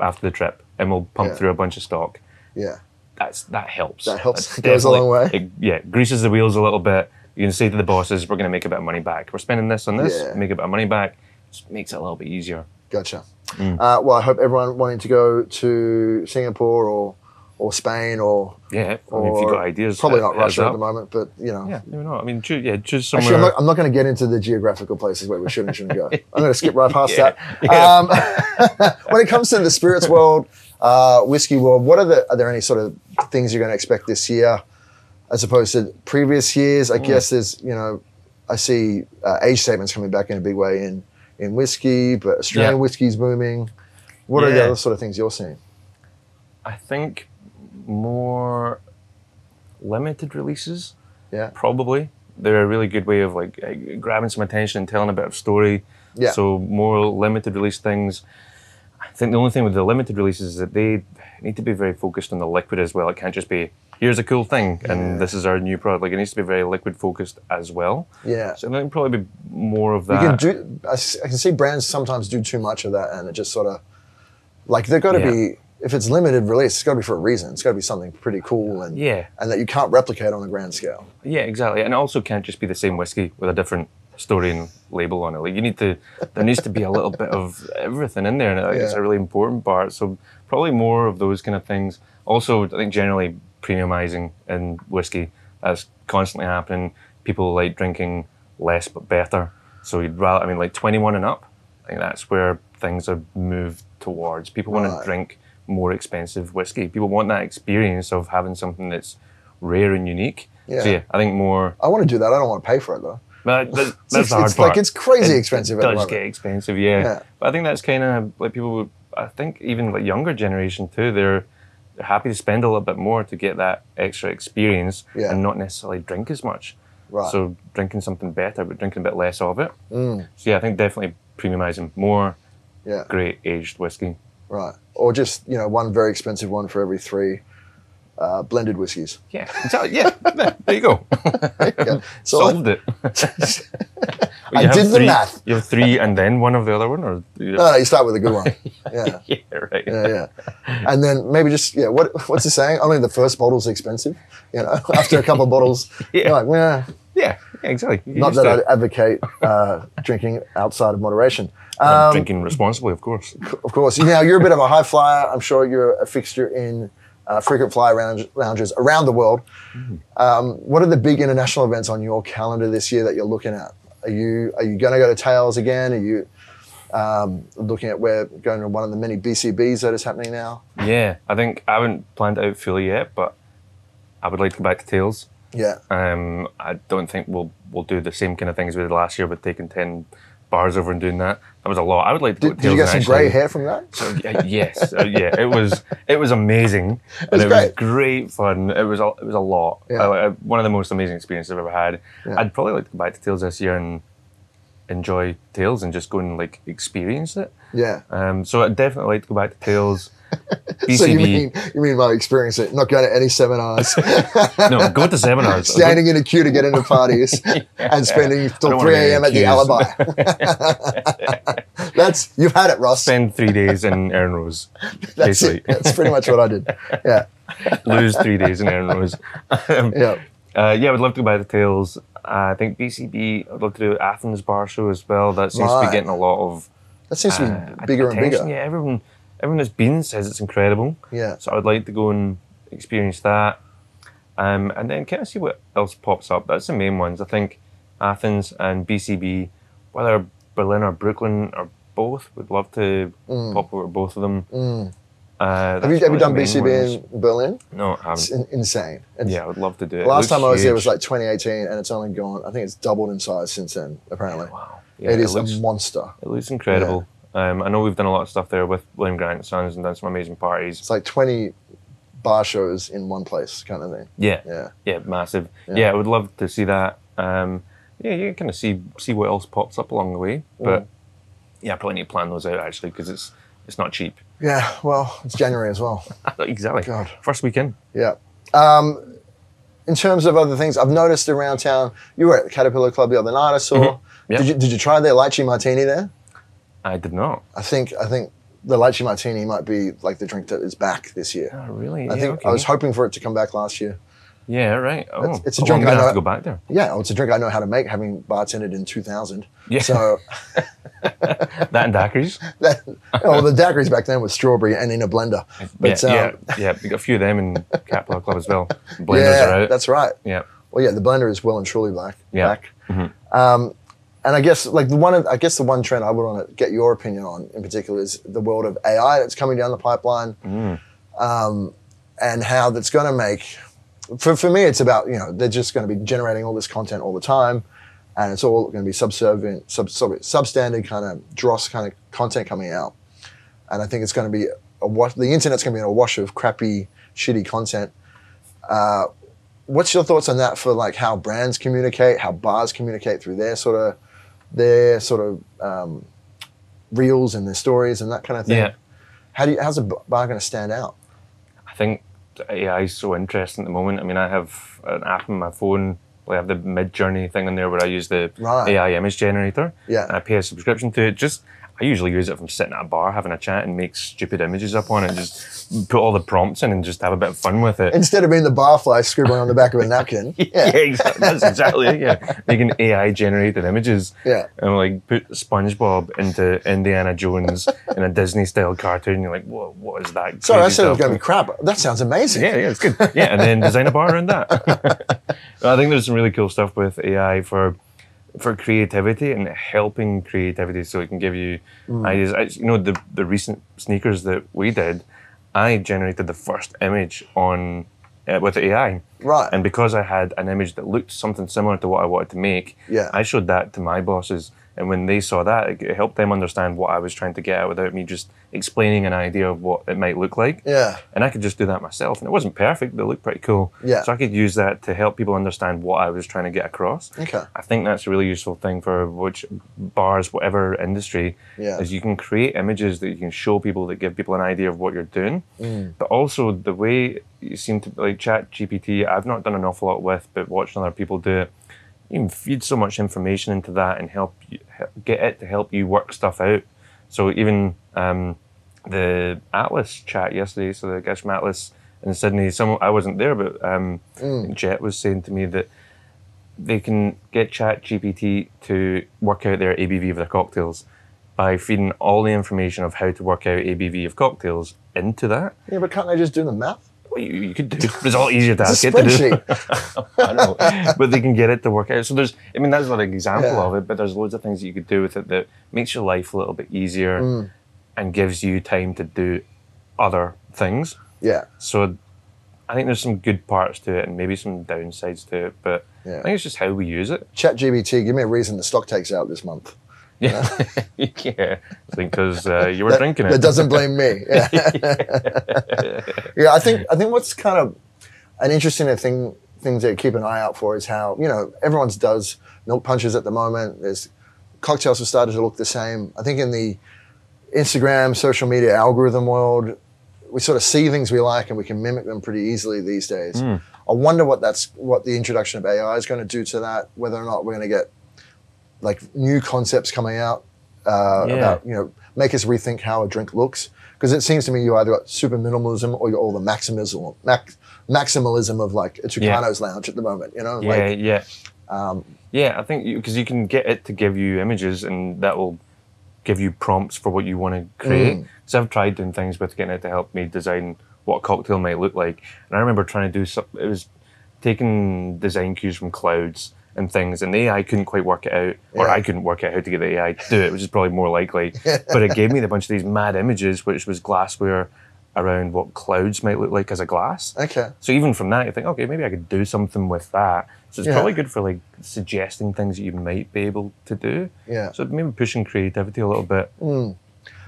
Speaker 1: after the trip, and we'll pump
Speaker 2: Yeah.
Speaker 1: through a bunch of stock
Speaker 2: Yeah,
Speaker 1: that's that helps.
Speaker 2: That helps.
Speaker 1: That's
Speaker 2: It goes a long
Speaker 1: definitely- it- yeah, greases the wheels a little bit. You can say to the bosses, "We're going to make a bit of money back. We're spending this on this,
Speaker 2: Yeah.
Speaker 1: make a bit of money back." Just makes it a little bit easier.
Speaker 2: gotcha.
Speaker 1: Mm.
Speaker 2: Uh, well, I hope everyone wanting to go to Singapore or or Spain or
Speaker 1: Yeah, I
Speaker 2: or
Speaker 1: mean, if you've got ideas,
Speaker 2: probably
Speaker 1: hit-
Speaker 2: not
Speaker 1: hit us
Speaker 2: Russia at
Speaker 1: up.
Speaker 2: the moment, but you know.
Speaker 1: Yeah, maybe not. I mean, choose, yeah, choose somewhere.
Speaker 2: Actually, I'm not, I'm not going to get into the geographical places where we should and shouldn't go. I'm going to skip right past
Speaker 1: Yeah,
Speaker 2: that. Um, when it comes to the spirits world, uh, whiskey world, what are the are there any sort of things you're going to expect this year as opposed to previous years?
Speaker 1: Mm.
Speaker 2: I guess there's you know I see uh, age statements coming back in a big way in in whiskey, but Australian
Speaker 1: Yeah.
Speaker 2: whiskey's booming. What are the
Speaker 1: Yeah.
Speaker 2: other sort of things you're seeing?
Speaker 1: I think more limited releases.
Speaker 2: Yeah.
Speaker 1: probably. They're a really good way of like eh, grabbing some attention and telling a bit of story.
Speaker 2: Yeah.
Speaker 1: So more limited release things. I think the only thing with the limited releases is that they need to be very focused on the liquid as well. It can't just be here's a cool thing
Speaker 2: Yeah.
Speaker 1: and this is our new product. Like it needs to be very liquid focused as well.
Speaker 2: Yeah.
Speaker 1: So there can probably be more of
Speaker 2: You can
Speaker 1: that.
Speaker 2: do. I, s- I can see brands sometimes do too much of that, and it just sort of like they've got to
Speaker 1: Yeah.
Speaker 2: be. If it's limited release, it's got to be for a reason. It's got to be something pretty cool and
Speaker 1: Yeah.
Speaker 2: and that you can't replicate on a grand scale.
Speaker 1: Yeah, exactly. And it also can't just be the same whiskey with a different story and label on it. Like you need to, there needs to be a little bit of everything in there, and I think it's
Speaker 2: Yeah.
Speaker 1: a really important part. So probably more of those kind of things. Also, I think generally premiumizing in whiskey that's constantly happening. People like drinking less but better. So you'd rather, I mean, like twenty-one and up. I think that's where things are moved towards. People want
Speaker 2: Right.
Speaker 1: to drink more expensive whiskey. People want that experience of having something that's rare and unique. So
Speaker 2: Yeah.
Speaker 1: yeah, I think more.
Speaker 2: I want to do that. I don't want to pay for it though.
Speaker 1: That, that- that's
Speaker 2: it's,
Speaker 1: the hard
Speaker 2: it's
Speaker 1: part.
Speaker 2: like it's crazy
Speaker 1: It-
Speaker 2: expensive.
Speaker 1: It
Speaker 2: at the
Speaker 1: does
Speaker 2: moment.
Speaker 1: get expensive, yeah.
Speaker 2: Yeah.
Speaker 1: But I think that's kind of like people. would- I think even like younger generation too, they're they're happy to spend a little bit more to get that extra experience
Speaker 2: Yeah.
Speaker 1: and not necessarily drink as much.
Speaker 2: right. Mm,
Speaker 1: So drinking something better, but drinking a bit less of it. So yeah, I think definitely premiumizing more
Speaker 2: yeah.
Speaker 1: great aged whiskey.
Speaker 2: Right. Or just you know one very expensive one for every three uh, blended whiskeys.
Speaker 1: Yeah, exactly. yeah. There there you go.
Speaker 2: Yeah. So
Speaker 1: Solved it.
Speaker 2: I
Speaker 1: You have
Speaker 2: did the
Speaker 1: three-
Speaker 2: math.
Speaker 1: You have three and then one of the other one, or
Speaker 2: no, no, Ah, you start with a good one. Yeah.
Speaker 1: yeah, right.
Speaker 2: yeah, yeah. And then maybe just yeah, what what's the saying? Only the first bottle's expensive. You know, after a couple of bottles,
Speaker 1: Yeah.
Speaker 2: you're like, well,
Speaker 1: Yeah, yeah, exactly. You
Speaker 2: not
Speaker 1: used
Speaker 2: that
Speaker 1: to
Speaker 2: I advocate uh, drinking outside of moderation.
Speaker 1: it.
Speaker 2: Um,
Speaker 1: drinking responsibly, of course.
Speaker 2: of course. Now you're a bit of a high flyer. I'm sure you're a fixture in uh, frequent flyer lounge, lounges around the world.
Speaker 1: Mm-hmm.
Speaker 2: Um, what are the big international events on your calendar this year that you're looking at? Are you are you going to go to Tails again? Are you Um, looking at where going to one of the many BCBs that is happening now.
Speaker 1: Yeah, I think I haven't planned it out fully yet, but I would like to go back to tails.
Speaker 2: Yeah,
Speaker 1: Um, I don't think we'll we'll do the same kind of things we did last year with taking ten bars over and doing that. That was a lot. I would like to
Speaker 2: did,
Speaker 1: go to
Speaker 2: did you
Speaker 1: tails
Speaker 2: get some
Speaker 1: and
Speaker 2: grey
Speaker 1: actually-
Speaker 2: hair from that?
Speaker 1: Uh, yes, uh, yeah, it was it was amazing.
Speaker 2: was
Speaker 1: and it was
Speaker 2: great.
Speaker 1: great fun. It was a, it was a lot.
Speaker 2: Yeah.
Speaker 1: Uh, one of the most amazing experiences I've ever had.
Speaker 2: Yeah.
Speaker 1: I'd probably like to go back to Tails this year and enjoy Tails and just go and like experience it.
Speaker 2: Yeah.
Speaker 1: Um, so I'd definitely like to go back to Tails. BCB.
Speaker 2: So you mean you mean my experience? It not going to any seminars,
Speaker 1: no, go to seminars.
Speaker 2: standing in a queue to get into parties, and spending
Speaker 1: I
Speaker 2: till
Speaker 1: don't wanna
Speaker 2: three
Speaker 1: be in
Speaker 2: a.m. at the
Speaker 1: queues.
Speaker 2: alibi. That's you've had it, Ross.
Speaker 1: Spend three days in Aaron Rose,
Speaker 2: That's
Speaker 1: basically.
Speaker 2: it. That's pretty much what I did. Yeah,
Speaker 1: Lose three days in Aaron Rose. Um,
Speaker 2: yeah,
Speaker 1: Uh, yeah, I would love to go by the tails. I think BCB. I'd love to do Athens bar show as well. That seems to
Speaker 2: Right.
Speaker 1: be getting a lot of
Speaker 2: that seems to be
Speaker 1: uh,
Speaker 2: bigger and
Speaker 1: attention.
Speaker 2: bigger.
Speaker 1: Yeah, everyone, everyone that's been says it's incredible.
Speaker 2: Yeah.
Speaker 1: So I would like to go and experience that, um, and then kind of see what else pops up. That's the main ones. I think Athens and BCB, whether Berlin or Brooklyn or both, would love to pop over to both of them. Uh,
Speaker 2: Mm. Have you,
Speaker 1: that's
Speaker 2: have
Speaker 1: probably
Speaker 2: you
Speaker 1: the
Speaker 2: done
Speaker 1: main
Speaker 2: BCB
Speaker 1: ones.
Speaker 2: in Berlin?
Speaker 1: No, I
Speaker 2: It's
Speaker 1: haven't.
Speaker 2: in, insane. It's-
Speaker 1: Yeah, I would love to do it. It
Speaker 2: Last
Speaker 1: looks
Speaker 2: time I was there
Speaker 1: huge.
Speaker 2: was like 2018, and it's only gone. I think it's doubled in size since then. Apparently,
Speaker 1: wow.
Speaker 2: it
Speaker 1: Yeah,
Speaker 2: is
Speaker 1: looks-
Speaker 2: a monster.
Speaker 1: It looks incredible. Um, I know we've done a lot of stuff there with William Grant and Sons and done some amazing parties.
Speaker 2: It's like 20 bar shows in one place, kind of thing.
Speaker 1: Yeah, yeah,
Speaker 2: Yeah.
Speaker 1: massive.
Speaker 2: Yeah.
Speaker 1: Yeah. I would love to see that. Um, yeah, you can kind of see see what else pops up along the way.
Speaker 2: Mm.
Speaker 1: But yeah, I probably need to plan those out actually because it's it's not cheap.
Speaker 2: Yeah. Well, it's January as well.
Speaker 1: exactly.
Speaker 2: God.
Speaker 1: First weekend.
Speaker 2: Yeah. Um, in terms of other things, I've noticed around town. You were at the Caterpillar Club the other night. I saw.
Speaker 1: Mhm. Yeah.
Speaker 2: Did you Did you try their lychee martini there?
Speaker 1: I did not.
Speaker 2: I think I think the lychee martini might be like the drink that is back this year.
Speaker 1: Oh, really?
Speaker 2: I
Speaker 1: yeah,
Speaker 2: think
Speaker 1: okay.
Speaker 2: I was hoping for it to come back last year.
Speaker 1: Yeah, right. Oh,
Speaker 2: It's- it's a
Speaker 1: oh, I'm
Speaker 2: drink I
Speaker 1: gonna have to
Speaker 2: know-
Speaker 1: go back there.
Speaker 2: Yeah, well, it's a drink I know how to make, having bartended in 2000.
Speaker 1: Yeah.
Speaker 2: So,
Speaker 1: That and daiquiris.
Speaker 2: that, well, the daiquiris back then was strawberry and in a blender. But,
Speaker 1: yeah,
Speaker 2: um,
Speaker 1: yeah, yeah. We got a few of them in Cat Paw Club as well. Blenders
Speaker 2: yeah,
Speaker 1: are out.
Speaker 2: that's right.
Speaker 1: yeah.
Speaker 2: Well, yeah, the blender is well and truly black.
Speaker 1: Yeah. Mm-hmm.
Speaker 2: Black. Um, and I guess like the one, of, I guess the one trend I would want to get your opinion on in particular is the world of AI that's coming down the pipeline,
Speaker 1: Mm.
Speaker 2: um, and how that's going to make. For, for me, it's about you know they're just going to be generating all this content all the time, and it's all going to be subservient, sub, sorry, substandard kind of dross kind of content coming out, and I think it's going to be a wash. The internet's going to be in a wash of crappy, shitty content. Uh, what's your thoughts on that for like how brands communicate, how bars communicate through their sort of their sort of um, reels and their stories and that kind of thing?
Speaker 1: Yeah.
Speaker 2: How do you, how's a b- bar going to stand out?
Speaker 1: I think AI is so interesting at the moment. I mean, I have an app on my phone. I have the Mid Journey thing on there where I use the
Speaker 2: Right.
Speaker 1: AI image generator.
Speaker 2: Yeah.
Speaker 1: And I pay a subscription to it. Just I usually use it if I'm sitting at a bar having a chat and make stupid images up on it. Just put all the prompts in and just have a bit of fun with it.
Speaker 2: Instead of being the barfly scribbling on the back of a napkin, yeah,
Speaker 1: exactly. That's exactly it. Yeah, making AI generated images.
Speaker 2: Yeah.
Speaker 1: and like put SpongeBob into Indiana Jones in a Disney style cartoon. You're like, what? What is that?
Speaker 2: sorry, I
Speaker 1: crazy
Speaker 2: said it was
Speaker 1: stuff?"
Speaker 2: going to be crap. That sounds amazing.
Speaker 1: Yeah, yeah, it's good. Yeah, and then design a bar around that. I think there's some really cool stuff with AI for for creativity and helping creativity, so it can give you ideas. I, you know, the the recent sneakers that we did, I generated the first image on uh, with AI.
Speaker 2: Right.
Speaker 1: And because I had an image that looked something similar to what I wanted to make,
Speaker 2: Yeah.
Speaker 1: I showed that to my bosses. And when they saw that, it- it helped them understand what I was trying to get at without me just explaining an idea of what it might look like
Speaker 2: yeah,
Speaker 1: and I could just do that myself. And it wasn't perfect, but it looked pretty cool.
Speaker 2: Yeah.
Speaker 1: So I could use that to help people understand what I was trying to get across.
Speaker 2: Okay.
Speaker 1: I think that's a really useful thing for which bars, whatever industry,
Speaker 2: Yeah.
Speaker 1: is you can create images that you can show people that give people an idea of what you're doing. But also the way you seem to like chat GPT, I've not done an awful lot with, but watching other people do it, you can feed so much information into that and help you, he- get it to help you work stuff out. So even um, the Atlas chat yesterday, so the guys from Atlas in Sydney, some I wasn't there, but um, Jet was saying to me that they can get Chat GPT to work out their ABV of their cocktails by feeding all the information of how to work out ABV of cocktails into that.
Speaker 2: yeah, but can't they just do the math?
Speaker 1: Well, what you, you could do. But it's all easier to ask
Speaker 2: It's a
Speaker 1: it to do. I don't know. But they can get it to work out. So there's, I mean, that's not an example
Speaker 2: Yeah.
Speaker 1: of it, but there's loads of things that you could do with it that makes your life a little bit easier
Speaker 2: Mm.
Speaker 1: and gives you time to do other things.
Speaker 2: Yeah.
Speaker 1: So I think there's some good parts to it and maybe some downsides to it, but
Speaker 2: Yeah.
Speaker 1: I think it's just how we use it.
Speaker 2: Chat GBT, give me a reason the stock takes out this month.
Speaker 1: Yeah. yeah. I think because uh, you were drinking it.
Speaker 2: That doesn't blame me. Yeah. Yeah, I think I think what's kind of an interesting thing things that keep an eye out for is how you know everyone's does milk punches at the moment. There's cocktails have started to look the same. I think in the Instagram social media algorithm world, we sort of see things we like and we can mimic them pretty easily these days. I wonder what that's what the introduction of AI is going to do to that. Whether or not we're going to get like new concepts coming out uh,
Speaker 1: Yeah.
Speaker 2: about you know make us rethink how a drink looks because it seems to me you either got super minimalism or you're all the maximism max, maximalism of like a Tucano's lounge at the moment. You know,
Speaker 1: yeah,
Speaker 2: like um,
Speaker 1: yeah. yeah, I think because you, can get it to give you images and that will give you prompts for what you want to
Speaker 2: Mm.
Speaker 1: create. Because I've tried doing things with getting it to help me design what a cocktail might look like. And I remember trying to do something, it was taking design cues from clouds and things, and the AI couldn't quite work it out, or
Speaker 2: Yeah.
Speaker 1: I couldn't work out how to get the AI to do it, which is probably more likely. but it gave me a bunch of these mad images, which was glassware around what clouds might look like as a glass.
Speaker 2: okay,
Speaker 1: So even from that, you think, okay, maybe I could do something with that. So it's
Speaker 2: Yeah.
Speaker 1: probably good for like suggesting things that you might be able to do.
Speaker 2: Yeah.
Speaker 1: So maybe pushing creativity a little bit.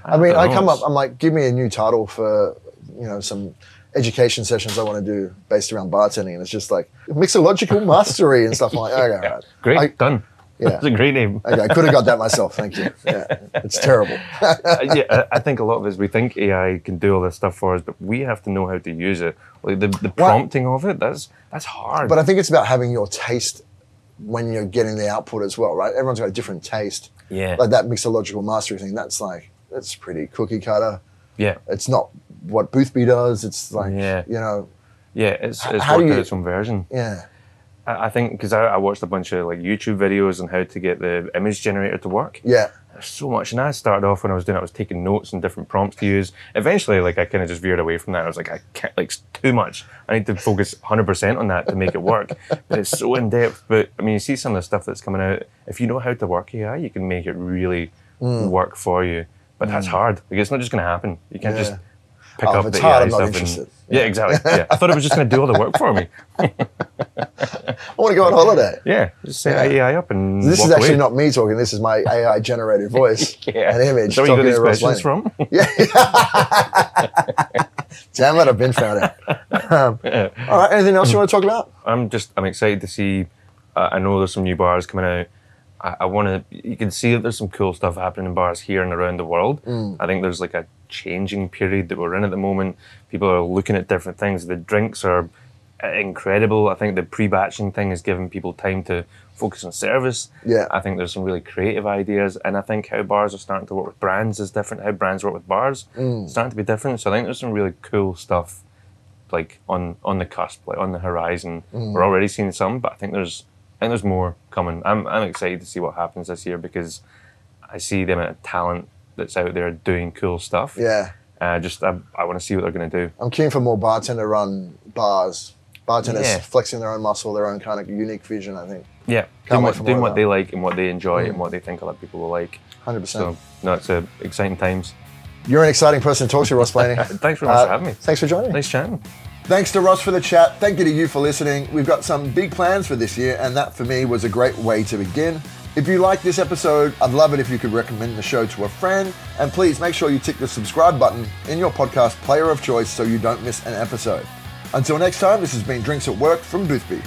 Speaker 2: I mean,
Speaker 1: don't
Speaker 2: I
Speaker 1: know,
Speaker 2: come up,
Speaker 1: it's-
Speaker 2: I'm like, give me a new title for you know some education sessions I want to do based around bartending, and it's just like mixological mastery and stuff I'm like. Okay, all right.
Speaker 1: Great,
Speaker 2: I-
Speaker 1: done.
Speaker 2: Yeah.
Speaker 1: That's a great name.
Speaker 2: Okay, I could have got that myself. Thank you. Yeah, it's terrible.
Speaker 1: Uh, yeah, I- I think a lot of us we think AI can do all this stuff for us, but we have to know how to use it. Like the, the prompting of it, that's that's hard.
Speaker 2: But I think it's about having your taste when you're getting the output as well, right? Everyone's got a different taste.
Speaker 1: Yeah.
Speaker 2: Like that mixological mastery thing, that's like, that's pretty cookie cutter.
Speaker 1: yeah,
Speaker 2: It's not what Boothby does. It's like,
Speaker 1: Yeah.
Speaker 2: you know,
Speaker 1: yeah, it's it's
Speaker 2: how do
Speaker 1: worked
Speaker 2: you-
Speaker 1: out its own version.
Speaker 2: yeah.
Speaker 1: I, I think because I, I watched a bunch of like YouTube videos on how to get the image generator to work.
Speaker 2: Yeah.
Speaker 1: there's so much. And I started off when I was doing it, I was taking notes and different prompts to use. Eventually, like I kind of just veered away from that. I was like, I can't, like, it's too much. I need to focus 100% on that to make it work. but it's so in depth. But I mean, you see some of the stuff that's coming out. If you know how to work AI, you can make it really
Speaker 2: Hmm.
Speaker 1: work for you. But that's hard. Like, it's not just going to happen. You can't just
Speaker 2: Yeah.
Speaker 1: pick
Speaker 2: Oh, if
Speaker 1: up
Speaker 2: it's
Speaker 1: the
Speaker 2: hard,
Speaker 1: AI
Speaker 2: I'm not
Speaker 1: stuff.
Speaker 2: interested.
Speaker 1: And, yeah, exactly. Yeah. I thought it was just going to do all the work for me.
Speaker 2: I want to go on holiday.
Speaker 1: Yeah. Just set
Speaker 2: Yeah.
Speaker 1: AI up and
Speaker 2: This is
Speaker 1: walk
Speaker 2: actually
Speaker 1: away.
Speaker 2: not me talking. This is my AI generated voice
Speaker 1: yeah.
Speaker 2: and image.
Speaker 1: Is that where you got
Speaker 2: talking
Speaker 1: these
Speaker 2: to Ross
Speaker 1: questions
Speaker 2: Lane.
Speaker 1: from?
Speaker 2: Damn it, I've been found out. um, all right, anything else you want to talk about?
Speaker 1: I'm just I'm excited to see. Uh, I know there's some new bars coming out. I, I want to. You can see that there's some cool stuff happening in bars here and around the world. I think there's like a changing period that we're in at the moment. People are looking at different things. The drinks are uh, incredible. I think the pre-batching thing is giving people time to focus on service.
Speaker 2: Yeah.
Speaker 1: I think there's some really creative ideas, and I think how bars are starting to work with brands is different. How brands work with bars
Speaker 2: Mm.
Speaker 1: is starting to be different. So I think there's some really cool stuff like on on the cusp, like on the horizon.
Speaker 2: Mm.
Speaker 1: We're already seeing some, but I think there's I think there's more coming. I'm I'm excited to see what happens this year because I see the amount of talent that's out there doing cool stuff.
Speaker 2: Yeah.
Speaker 1: Uh, just I, I want to see what they're going to do.
Speaker 2: I'm keen for more bartender run bars. Bartenders
Speaker 1: Yeah.
Speaker 2: flexing their own muscle, their own kind of unique vision, I think.
Speaker 1: Yeah,
Speaker 2: Can't
Speaker 1: doing
Speaker 2: wait
Speaker 1: what,
Speaker 2: for more
Speaker 1: doing
Speaker 2: of
Speaker 1: what
Speaker 2: that. Mm.
Speaker 1: they like and what they enjoy and what they think other people will like.
Speaker 2: 100%.
Speaker 1: So no, it's uh, exciting times.
Speaker 2: You're an exciting person to talk to, Ross Blaney. Uh,
Speaker 1: Thanks very much for having me.
Speaker 2: Thanks for joining.
Speaker 1: Nice chatting.
Speaker 2: Thanks to Ross for the chat. Thank you to you for listening. We've got some big plans for this year, and that for me was a great way to begin. If you like this episode, I'd love it if you could recommend the show to a friend. And please make sure you tick the subscribe button in your podcast player of choice so you don't miss an episode. Until next time, this has been Drinks at Work from Boothby.